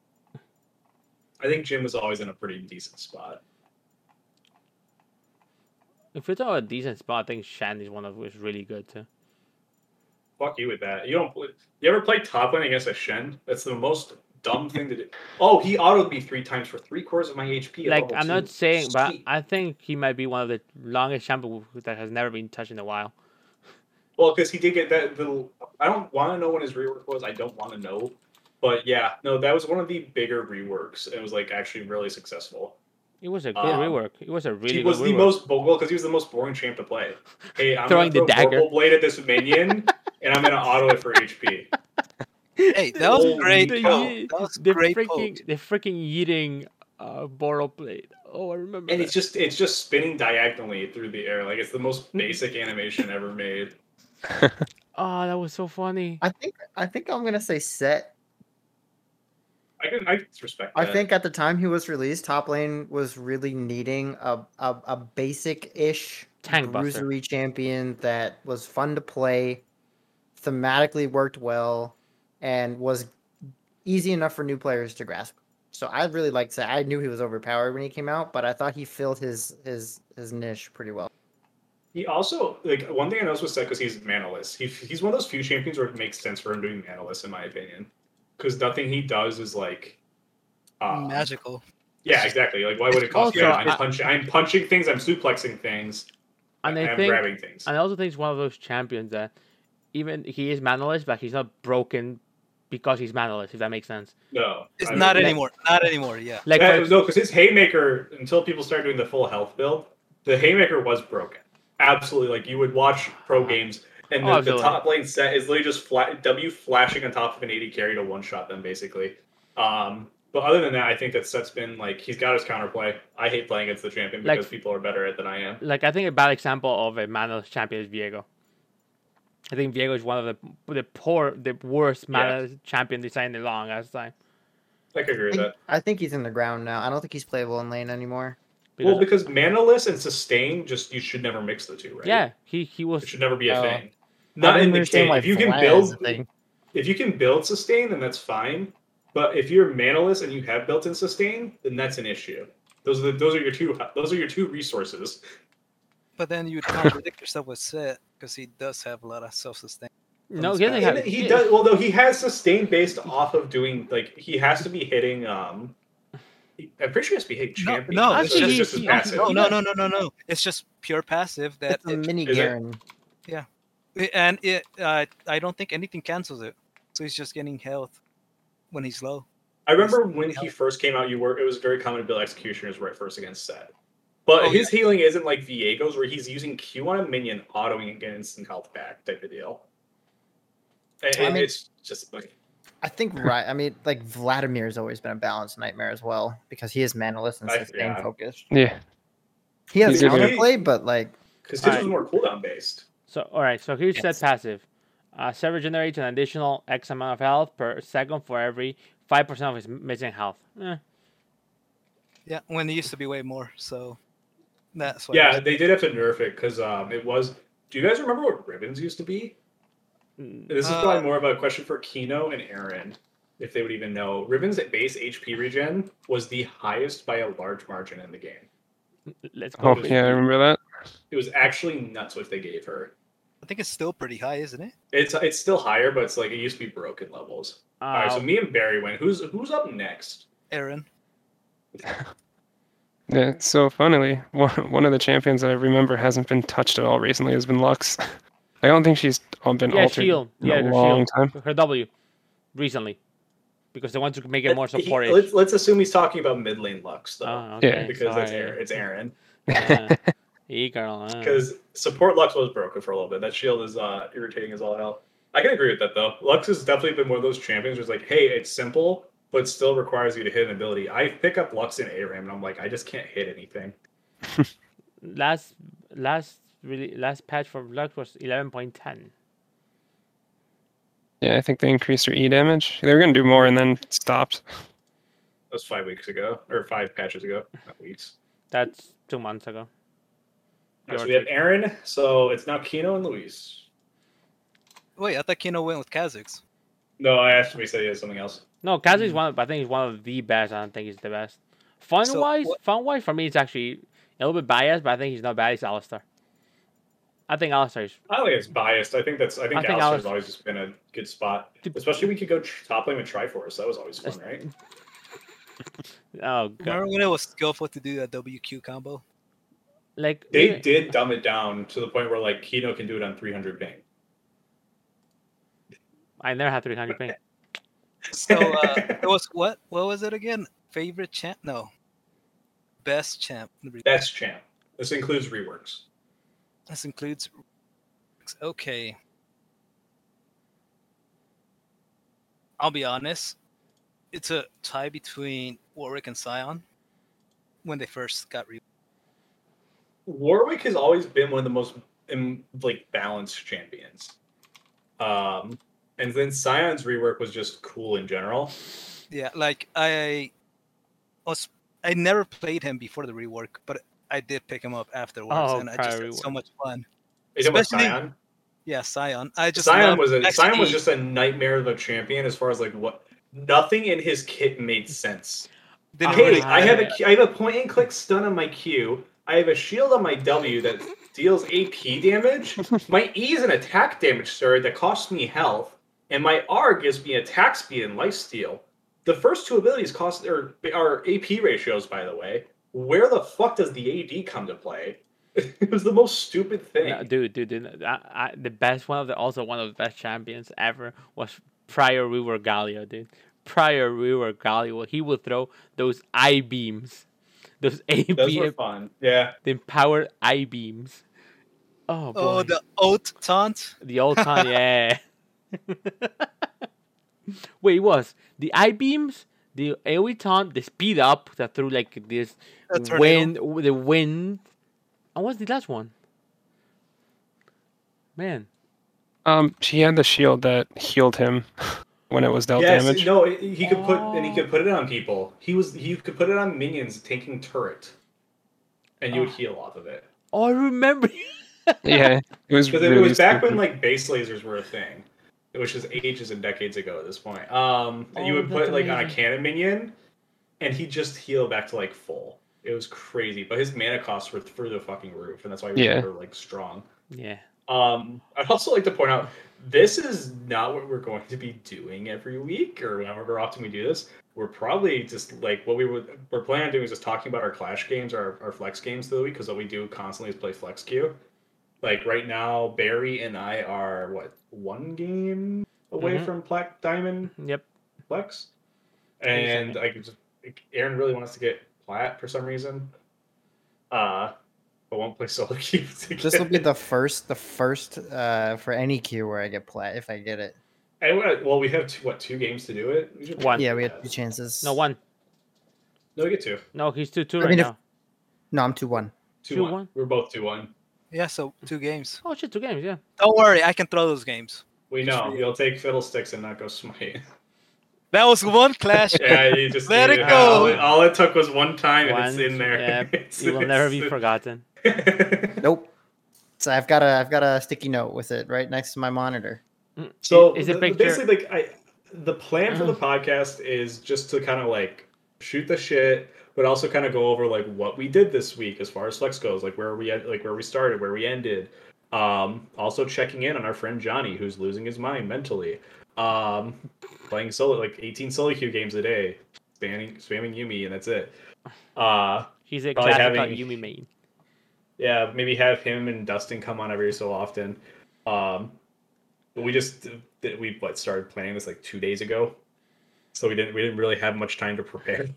I think Jim was always in a pretty decent spot.
if you're talking about a decent spot, I think Shandy's one of is really good too.
Fuck you with that. You don't. Play, you ever play top lane against a Shen? That's the most dumb thing to do. Oh, he autoed me three times for three quarters of my HP. at
Like
level
I'm not
two.
saying, but
Sweet.
I think he might be one of the longest champions that has never been touched in a while.
well, because he did get that. The I don't want to know when his rework was. I don't want to know. But yeah, no, that was one of the bigger reworks. It was like actually really successful.
It was a good
Um,
rework. It was a really
he was
good
the
rework.
most well because he was the most boring champ to play. Hey, I'm
Throwing
gonna
the
throw
dagger.
Vorpal blade at this minion, and I'm gonna auto it for HP.
Hey, that was
Holy
great.
The,
cow.
poke. That was
the
great.
freaking,
poke.
the freaking yeeting uh, Boral blade. Oh, I remember.
And
that.
it's just it's just spinning diagonally through the air. Like it's the most basic animation ever made.
Oh, that was so funny.
I think I think I'm gonna say set.
I can I can respect
I
that.
think at the time he was released, top lane was really needing a a, a basic ish
Tank buster.
bruisery champion that was fun to play, thematically worked well, and was easy enough for new players to grasp. So I really liked that. I knew he was overpowered when he came out, but I thought he filled his his his niche pretty well.
he also like one thing I noticed was that because he's manaless. He, he's one of those few champions where it makes sense for him doing manaless, in my opinion, because nothing he does is like. Um,
Magical.
Yeah, exactly. Like, why would it cost me?
Also,
I'm,
I-
punch, I'm punching things. I'm suplexing things.
And I
I'm
think,
grabbing things.
and I also think he's one of those champions that even he is manaless, but he's not broken because he's manaless. If that makes sense.
No,
It's
I
not
mean,
anymore. Not anymore. Yeah.
Like,
that-
for ex-
Eh, no, because his haymaker until people start doing the full health build, the haymaker was broken. Absolutely, like you would watch pro
Ah.
games, and
Oh,
the, the
absolutely.
top lane set is literally just flat W flashing on top of an eighty carry to one shot them basically. Um, but other than that, I think that set's been like he's got his counterplay. I hate playing against the champion
Like-
because people are better at it than I am.
like I think a bad example of a manaless champion is Viego. I think Viego is one of the the poor, the worst
Yeah.
manaless champion design in a long ass time.
I can agree
I
with
think,
that.
I think he's in the ground now. I don't think he's playable in lane anymore.
Because-
well, because manaless and sustain just you should never mix the two, right?
yeah, he he was
it should never be a
Oh.
thing.
I
Not
don't
in the
understand
case.
why
If you can
Vlad is
build
a thing.
if you can build sustain, then that's fine. But if you're manaless and you have built in sustain, then that's an issue. Those are the, those are your two those are your two resources.
But then you would contradict yourself with Set because he does have a lot of self-sustain.
no, he doesn't have.
And he does well though he has sustain based off of doing like he has to be hitting um I'm pretty sure he has to be hitting
No,
champion.
no,
That's
he-
just, just
he-
as
he-
passive.
Oh, No, no, no, no, no, no. It's just pure passive that
Oh, It's a mini
Is it-
Garen.
I- and it uh, I don't think anything cancels it. So he's just getting health when he's low.
I remember when he first came out, you were it was very common to build executioners right first against set. But
Oh,
his healing isn't like Viego's where he's using Q on a minion, autoing against an health pack type of deal. And,
I
and
mean-
it's just like
I think right. I mean, like Vladimir's always been a balanced nightmare as well because he is manaless and
I-
sustain
yeah.
focused.
Yeah.
He has
He's a good-
counterplay, but like
Because his
Alright.
was more cooldown based.
So, all right. So here's set
Yes.
passive. Uh, server generates an additional X amount of health per second for every five percent of his m- missing health. Eh,
Yeah, when it used to be way more. So that's why.
Yeah, they did have to nerf it because um, it was. Do you guys remember what ribbons used to be?
mm,
This is
Uh,
probably more of a question for Kino and Aaron, if they would even know. Ribbons at base HP regen was the highest by a large margin in the game.
let's go.
Oh, yeah, I remember that.
It was actually nuts what they gave her.
I think it's still pretty high, isn't it?
It's it's still higher, but it's like it used to be broken levels. All right,
Uh,
so me and Barry went. Who's who's up next?
Aaron.
Yeah, so funnily, one one of the champions that I remember hasn't been touched at all recently has been Lux. I don't think she's uh, been
Yeah,
altered
Shield.
in
Yeah,
a
her
long
Shield.
time.
Her W, recently, because they want to make it more
He-
supportive.
let's, let's assume he's talking about mid lane Lux, though.
Oh,
Yeah.
okay.
because that's
sorry.
Aaron, it's Aaron.
Yeah. E-girl. uh.
Because support Lux was broken for a little bit. That shield is uh, irritating as all hell. I can agree with that though. Lux has definitely been one of those champions who's like, hey, it's simple, but still requires you to hit an ability. I pick up Lux in ARAM and I'm like, I just can't hit anything.
last last really last patch for Lux was eleven point ten.
Yeah, I think they increased her E damage. They were gonna do more and then stopped.
That was five weeks ago, or five patches ago, not weeks.
That's two months ago.
All right, so
Your
we have
take.
Aaron, so it's now Kino and Luis.
Wait, I thought Kino went with Kha'Zix.
No, I asked him, he said he has something else.
No, Kazu is one. Of, I think he's one of the best. I don't think he's the best. Fun
So
wise,
what-
fun wise for me, it's actually a little bit biased, but I think he's not bad. It's Alistair. I think Alistair is.
I don't think it's biased. I think that's. I think,
I think
Alistair's
Alistair-
always just been a good spot.
Dude-
Especially we could go tr- top lane with Triforce. That was always fun, right?
Oh god,
Remember when it was skillful to do that WQ combo?
like
They
even-
did dumb it down to the point where like Kino can do it on 300 ping.
I never had three hundred ping.
So uh, it was what? What was it again? Favorite champ? No. Best champ.
That's champ. This includes reworks.
This includes. Okay. I'll be honest. It's a tie between Warwick and Scion when they first got re.
Warwick has always been one of the most um, like balanced champions. Um, and then Scion's rework was just cool in general.
Yeah, like I was. I never played him before the rework, but I did pick him up afterwards,
Oh,
and I just
prior
had so
rework.
much fun.
Is it with
Especially-
Scion?
Yeah, Scion. I just
Scion
love
was a, Scion was
XE.
just a nightmare of a champion as far as like what nothing in his kit made sense.
Didn't
Hey,
really-
Okay, I have a I have a point and click stun on my Q. I have a shield on my W that deals AP damage. My E is an attack damage sir that costs me health, and my R gives me attack speed and lifesteal. The first two abilities cost or are AP ratios, by the way. Where the fuck does the AD come to play? it was the most stupid thing.
No, dude, dude, dude I, I, the best one of the also one of the best champions ever was Prior River Galio, dude. Prior River Galio, he would throw those I beams, those
Those were
AP,
fun. Yeah.
the empowered I beams. Oh boy,
Oh,
the,
the oat taunt.
old time, yeah. Wait, it was the I beams, the AOE taunt, the speed up that threw like this
A tornado.
wind, the wind. And what's the last one? Man.
Um, she had the shield that healed him when it was dealt
Yes,
damage.
no, he could put and he
Oh.
could put it on people. He was he could put it on minions taking turret. And you would
Oh.
heal off of it.
Oh, I remember.
Yeah, it was
Because it
really
was back when
stupid.
like base lasers were a thing, which is ages and decades ago at this point. Um, and you
Oh,
would
that's
put like on a
amazing.
cannon minion, and he'd just heal back to like full. It was crazy, but his mana costs were through the fucking roof, and that's why he was
Yeah.
never like strong.
yeah.
Um, I'd also like to point out this is not what we're going to be doing every week or however often we do this. We're probably just like what we would we're planning on doing is just talking about our clash games or our, our flex games through the week because what we do constantly is play flex queue. Like right now, Barry and I are what one game away
Mm-hmm.
Mhm.
from Black Diamond
Yep.
Flex,
Wait a
and I could just like, Aaron really wants to get plat for some reason. Uh, but won't play solo queue. to
This will
get
be
it.
the first, the first uh, for any queue where I get plat if I get it.
I, would- well, we have two, what two games to do it. We should-
One.
Yeah, we had two chances.
No one.
No, we get two.
No, he's two two
I
right
mean, if-
now.
No, I'm two one.
Two,
Two,
one.
one.
We're both two one.
Yeah, so two games.
Oh shit, two games. Yeah.
Don't worry, I can throw those games.
We
Just
know
real.
you'll take fiddlesticks and not go smite.
That was one clash.
yeah, you just
Let
you-
it
All,
go.
it- all it took was one time, and
One,
it's in there.
yeah,
It's-
it will never be
it's-
forgotten.
Nope. So I've got a, I've got a sticky note with it right next to my monitor.
Mm,
so
is it
the-
picture? Uh-huh.
basically like I, the plan for the podcast is just to kind of like shoot the shit, but also kind of go over like what we did this week as far as flex goes, like where we like where we started, where we ended. Um, also checking in on our friend Johnny, who's losing his mind mentally. Um, playing solo like 18 solo queue games a day, spamming spamming Yumi, and that's it. Uh,
He's a
Probably
classic
having-
Yumi main.
yeah, maybe have him and Dustin come on every so often. Um, but we just did we what started planning this like two days ago, so we didn't we didn't really have much time to prepare.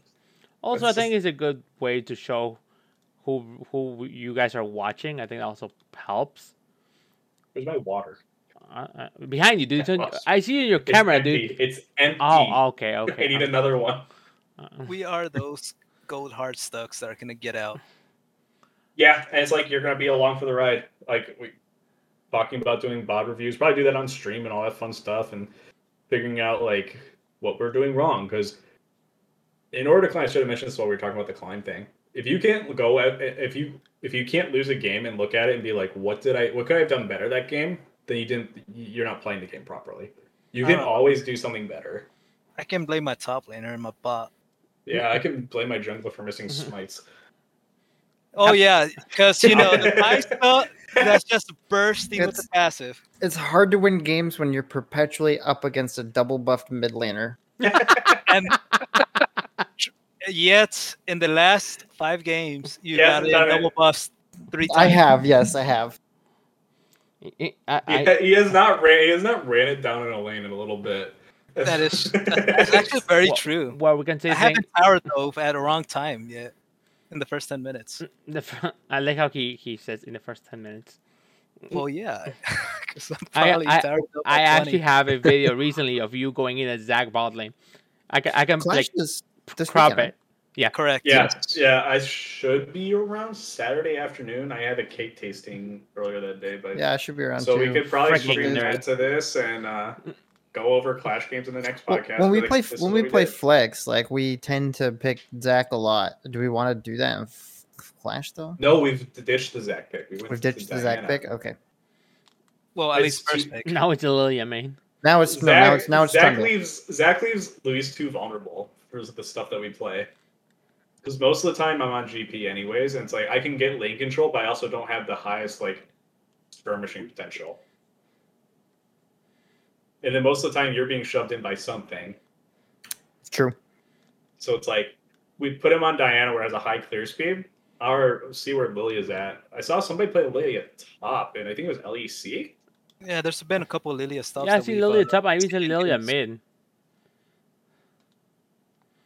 Also,
That's
I think it's a good way to show who who you guys are watching. I think that also helps.
Where's my water?
Uh, uh, behind you, dude. Turn-
lost.
I see you in your
It's
camera,
empty.
dude.
It's empty.
Oh, okay, okay.
I need another one.
Uh,
We are those gold hard stucks that are gonna get out.
Yeah, and it's like you're gonna be along for the ride. Like we talking about doing bod reviews, probably do that on stream and all that fun stuff, and figuring out like what we're doing wrong. Because in order to climb, I should have mentioned this while we were talking about the climb thing. If you can't go, at- if you if you can't lose a game and look at it and be like, what did I, what could I have done better that game? Then you didn't. You're not playing the game properly. You can
Oh.
always do something better.
I can blame my top laner and my bot.
Yeah, I can blame my jungler for missing smites.
Oh yeah, because you know the ice belt that's just bursting with the
It's-
passive.
It's hard to win games when you're perpetually up against a double buffed mid laner.
And yet in the last five games, you
Yeah,
got it
done
in
it.
double buffs three
I
times.
have, yes, I have.
I, I,
He,
I,
he has not ran. He has not ran it down in a lane in a little bit.
That is that's actually very
Well,
true.
well, we can say
I
thank-
haven't power dove at a wrong time yet in the first ten minutes.
the fir- I like how he, he says in the first 10 minutes.
Well, yeah, 'cause I'm
mm. I-
probably
I-
power dove
I
at
actually
20.
have a video recently of you going in as Zach Baldwin. I can, I can
Clash
like
is this
crop
weekend.
it.
correct.
yeah, yeah. I should be around Saturday afternoon. I had a cake tasting earlier that day, but
Yeah, I should be around.
so we
too.
could probably
Freaking
stream
nerd.
that to this and uh, go over Clash games in the next
Well,
podcast.
when we
Like,
play
this is
when
what
we play
did.
flex, like we tend to pick Zach a lot. Do we want to do that in F- Flash though?
no, we've ditched the Zach pick. We went
We've
to
ditched the Zach
Diana.
pick. Okay,
Well, at
It's
least first
too-
pick.
Now it's Lilia, man.
now it's
Zach,
no, now it's now it's
Zach
Trundle.
leaves Zach leaves Luis too vulnerable for the stuff that we play. Because most of the time I'm on GP anyways, and it's like I can get lane control, but I also don't have the highest like skirmishing potential. And then most of the time you're being shoved in by something.
True.
So it's like we put him on Diana where it has a high clear speed. Or see where Lily is at. I saw somebody play Lily at top, and I think it was E LEC.
Yeah, there's been a couple Lilia stops.
Yeah, I
that
see
we've,
Lilia
uh,
top. I usually
seen
Lilia
games.
mid.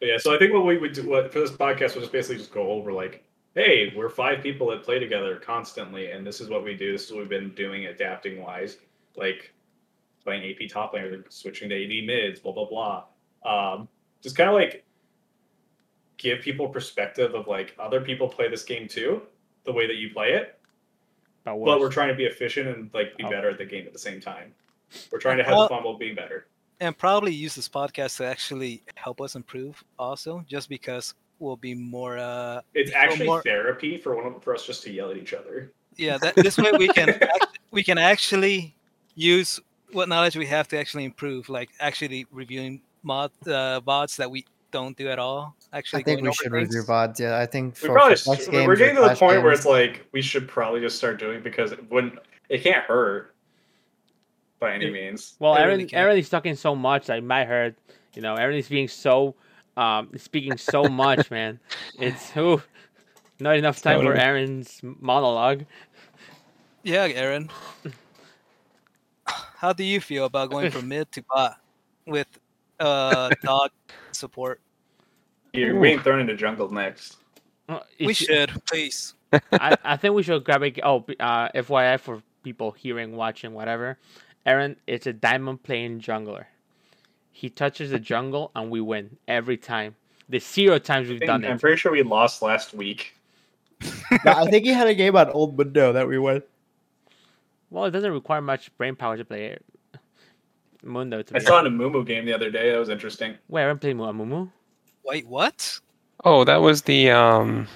But yeah, so I think what we would do what, for this podcast was just basically just go over like, hey, we're five people that play together constantly, and this is what we do. This is what we've been doing, adapting wise, like playing AP top laner, switching to AD mids, blah blah blah. Um, just kind of like give people perspective of like other people play this game too, the way that you play it,
But,
but
worse.
we're trying to be efficient and like be
Oh.
better at the game at the same time. We're trying to have
Well-
fun while being better.
and probably use this podcast to actually help us improve also just because we'll be more uh
It's
So
actually
more-
therapy for one of, for us just to yell at each other.
yeah that, this way we can act- we can actually use what knowledge we have to actually improve like actually reviewing mod uh bots that we don't do at all actually
I think
going
we
over
should
things.
review VODs. Yeah, I think
We
for
probably
Flex
should-
games
we're
or
getting to the
Clash
point where
games-
it's like we should probably just start doing it because it wouldn't it can't hurt by any
Yeah.
means.
Well,
I really
Aaron,
can't.
Aaron is talking so much that it might hurt. You know, Aaron is being so, um, speaking so much, man. It's ooh, not enough time for
Totally.
Aaron's monologue.
yeah aaron how do you feel about going from mid to bot with uh dog support
Yeah, we ain't thrown into jungle next.
Uh,
we
it's-
should please
I, I think we should grab a. Oh, b- uh, FYI for people hearing, watching, whatever. Aaron, it's a diamond playing jungler. He touches the jungle and we win every time. The zero times we've done
I'm
it.
pretty sure we lost last week.
No, I think he had a game on Old Window that we won.
Well, it doesn't require much brain power to play it. Mundo to
I
be.
saw an Amumu game the other day. That was interesting.
Wait, Aaron played Mu- uh, Amumu?
wait what
Oh, that was the um.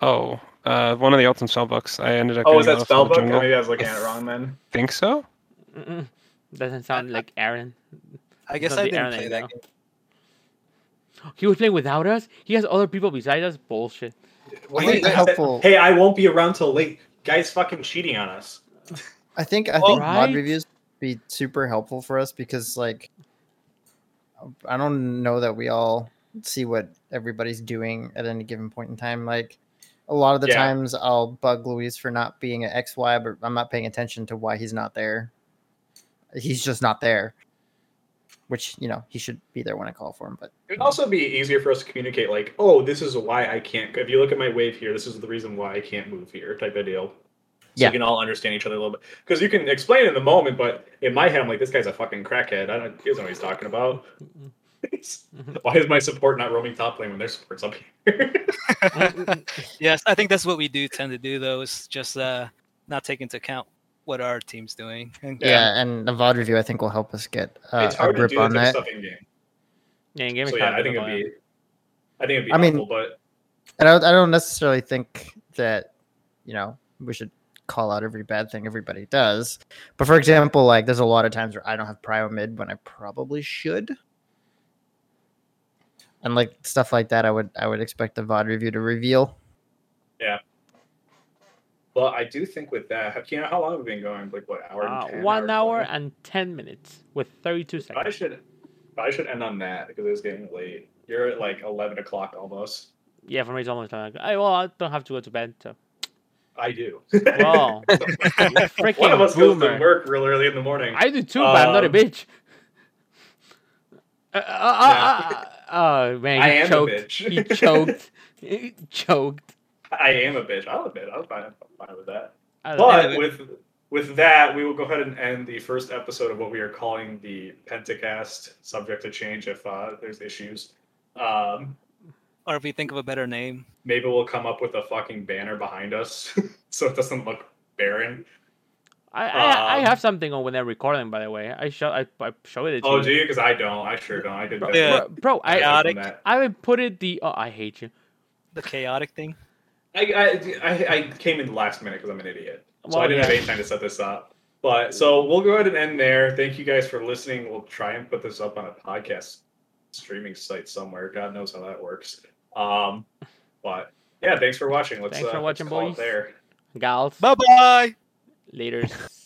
Oh, uh, one of the ultimate spell books. I ended up.
Oh, was that
getting off in the
spellbook? Oh,
jungle.
maybe I was looking at it wrong then.
think so.
Mm-mm. Doesn't sound like Aaron.
i guess
not
i
the
didn't
Aaron I
play that
know.
game
He was playing without us. He has other people besides us. Bullshit.
I think
Wait,
helpful-
Hey, I won't be around till late. Guys, fucking cheating on us.
I think I
Well,
think mod
right?
reviews be super helpful for us because like I don't know that we all see what everybody's doing at any given point in time. Like a lot of the
Yeah.
times, I'll bug Luis for not being at XY, but I'm not paying attention to why he's not there. He's just not there, which you know he should be there when I call for him. But
It would also be easier for us to communicate, like, oh, this is why I can't. If you look at my wave here, this is the reason why I can't move here, type of deal. So
Yeah.
you can all understand each other a little bit. Because you can explain in the moment, but in my head, I'm like, this guy's a fucking crackhead. I don't, he doesn't know what he's talking about. why is my support not roaming top lane when their support's up here?
Yes, I think that's what we do tend to do though, is just uh not take into account what our team's doing. And um,
yeah, and the VOD review I think will help us get uh,
it's
a
hard to
grip
do
on
that
that.
type of stuff in game.
Yeah, in game
So
is
yeah,
kinda
I think it'd
difficult, yeah.
be, I think it'd be
I mean-
helpful, but
And I, I don't necessarily think that, you know, we should call out every bad thing everybody does. But for example, like there's a lot of times where I don't have prio mid when I probably should. And like stuff like that, I would I would expect the VOD review to reveal.
well, I do think with that, you know, how long have we been going? Like what hour? and
Uh,
10,
one hour
20?
and ten minutes with thirty-two
I
seconds.
should, I should end on that because it was getting late. You're at like eleven o'clock almost.
Yeah, for me it's almost like I well, I don't have to go to bed. So.
I do.
Wow, freaking
One of us goes
boomer!
to work real early in the morning.
I do too, but I'm not a
Um,
bitch. Uh, uh, uh, uh, uh, oh man,
I
he
am a
choked.
bitch.
he choked. He choked.
I am a bitch. I'll admit. I'm fine. I'm fine with that.
I don't know.
But with with that, we will go ahead and end the first episode of what we are calling the Pentacast, subject to change if uh, there's issues. Um,
or if we think of a better name.
maybe we'll come up with a fucking banner behind us so it doesn't look barren.
I, I, I
um,
have something on when they're recording. By the way, I show I, I showed it. To
Oh,
you.
do you? Because I don't. I sure don't. I did
Bro,
that.
Yeah.
bro, bro, I
I,
Chaotic.
that.
I would put it the. Oh, I hate you.
The chaotic thing.
I, I, I, I came in the last minute because I'm an idiot. so
Well,
I didn't
yeah.
have any time to set this up. But so we'll go ahead and end there. Thank you guys for listening. We'll try and put this up on a podcast streaming site somewhere. God knows how that works. Um, but yeah, thanks for watching. Let's,
Thanks for
uh,
watching,
let's call it
boys.
There.
Gals,
Bye bye.
Laters.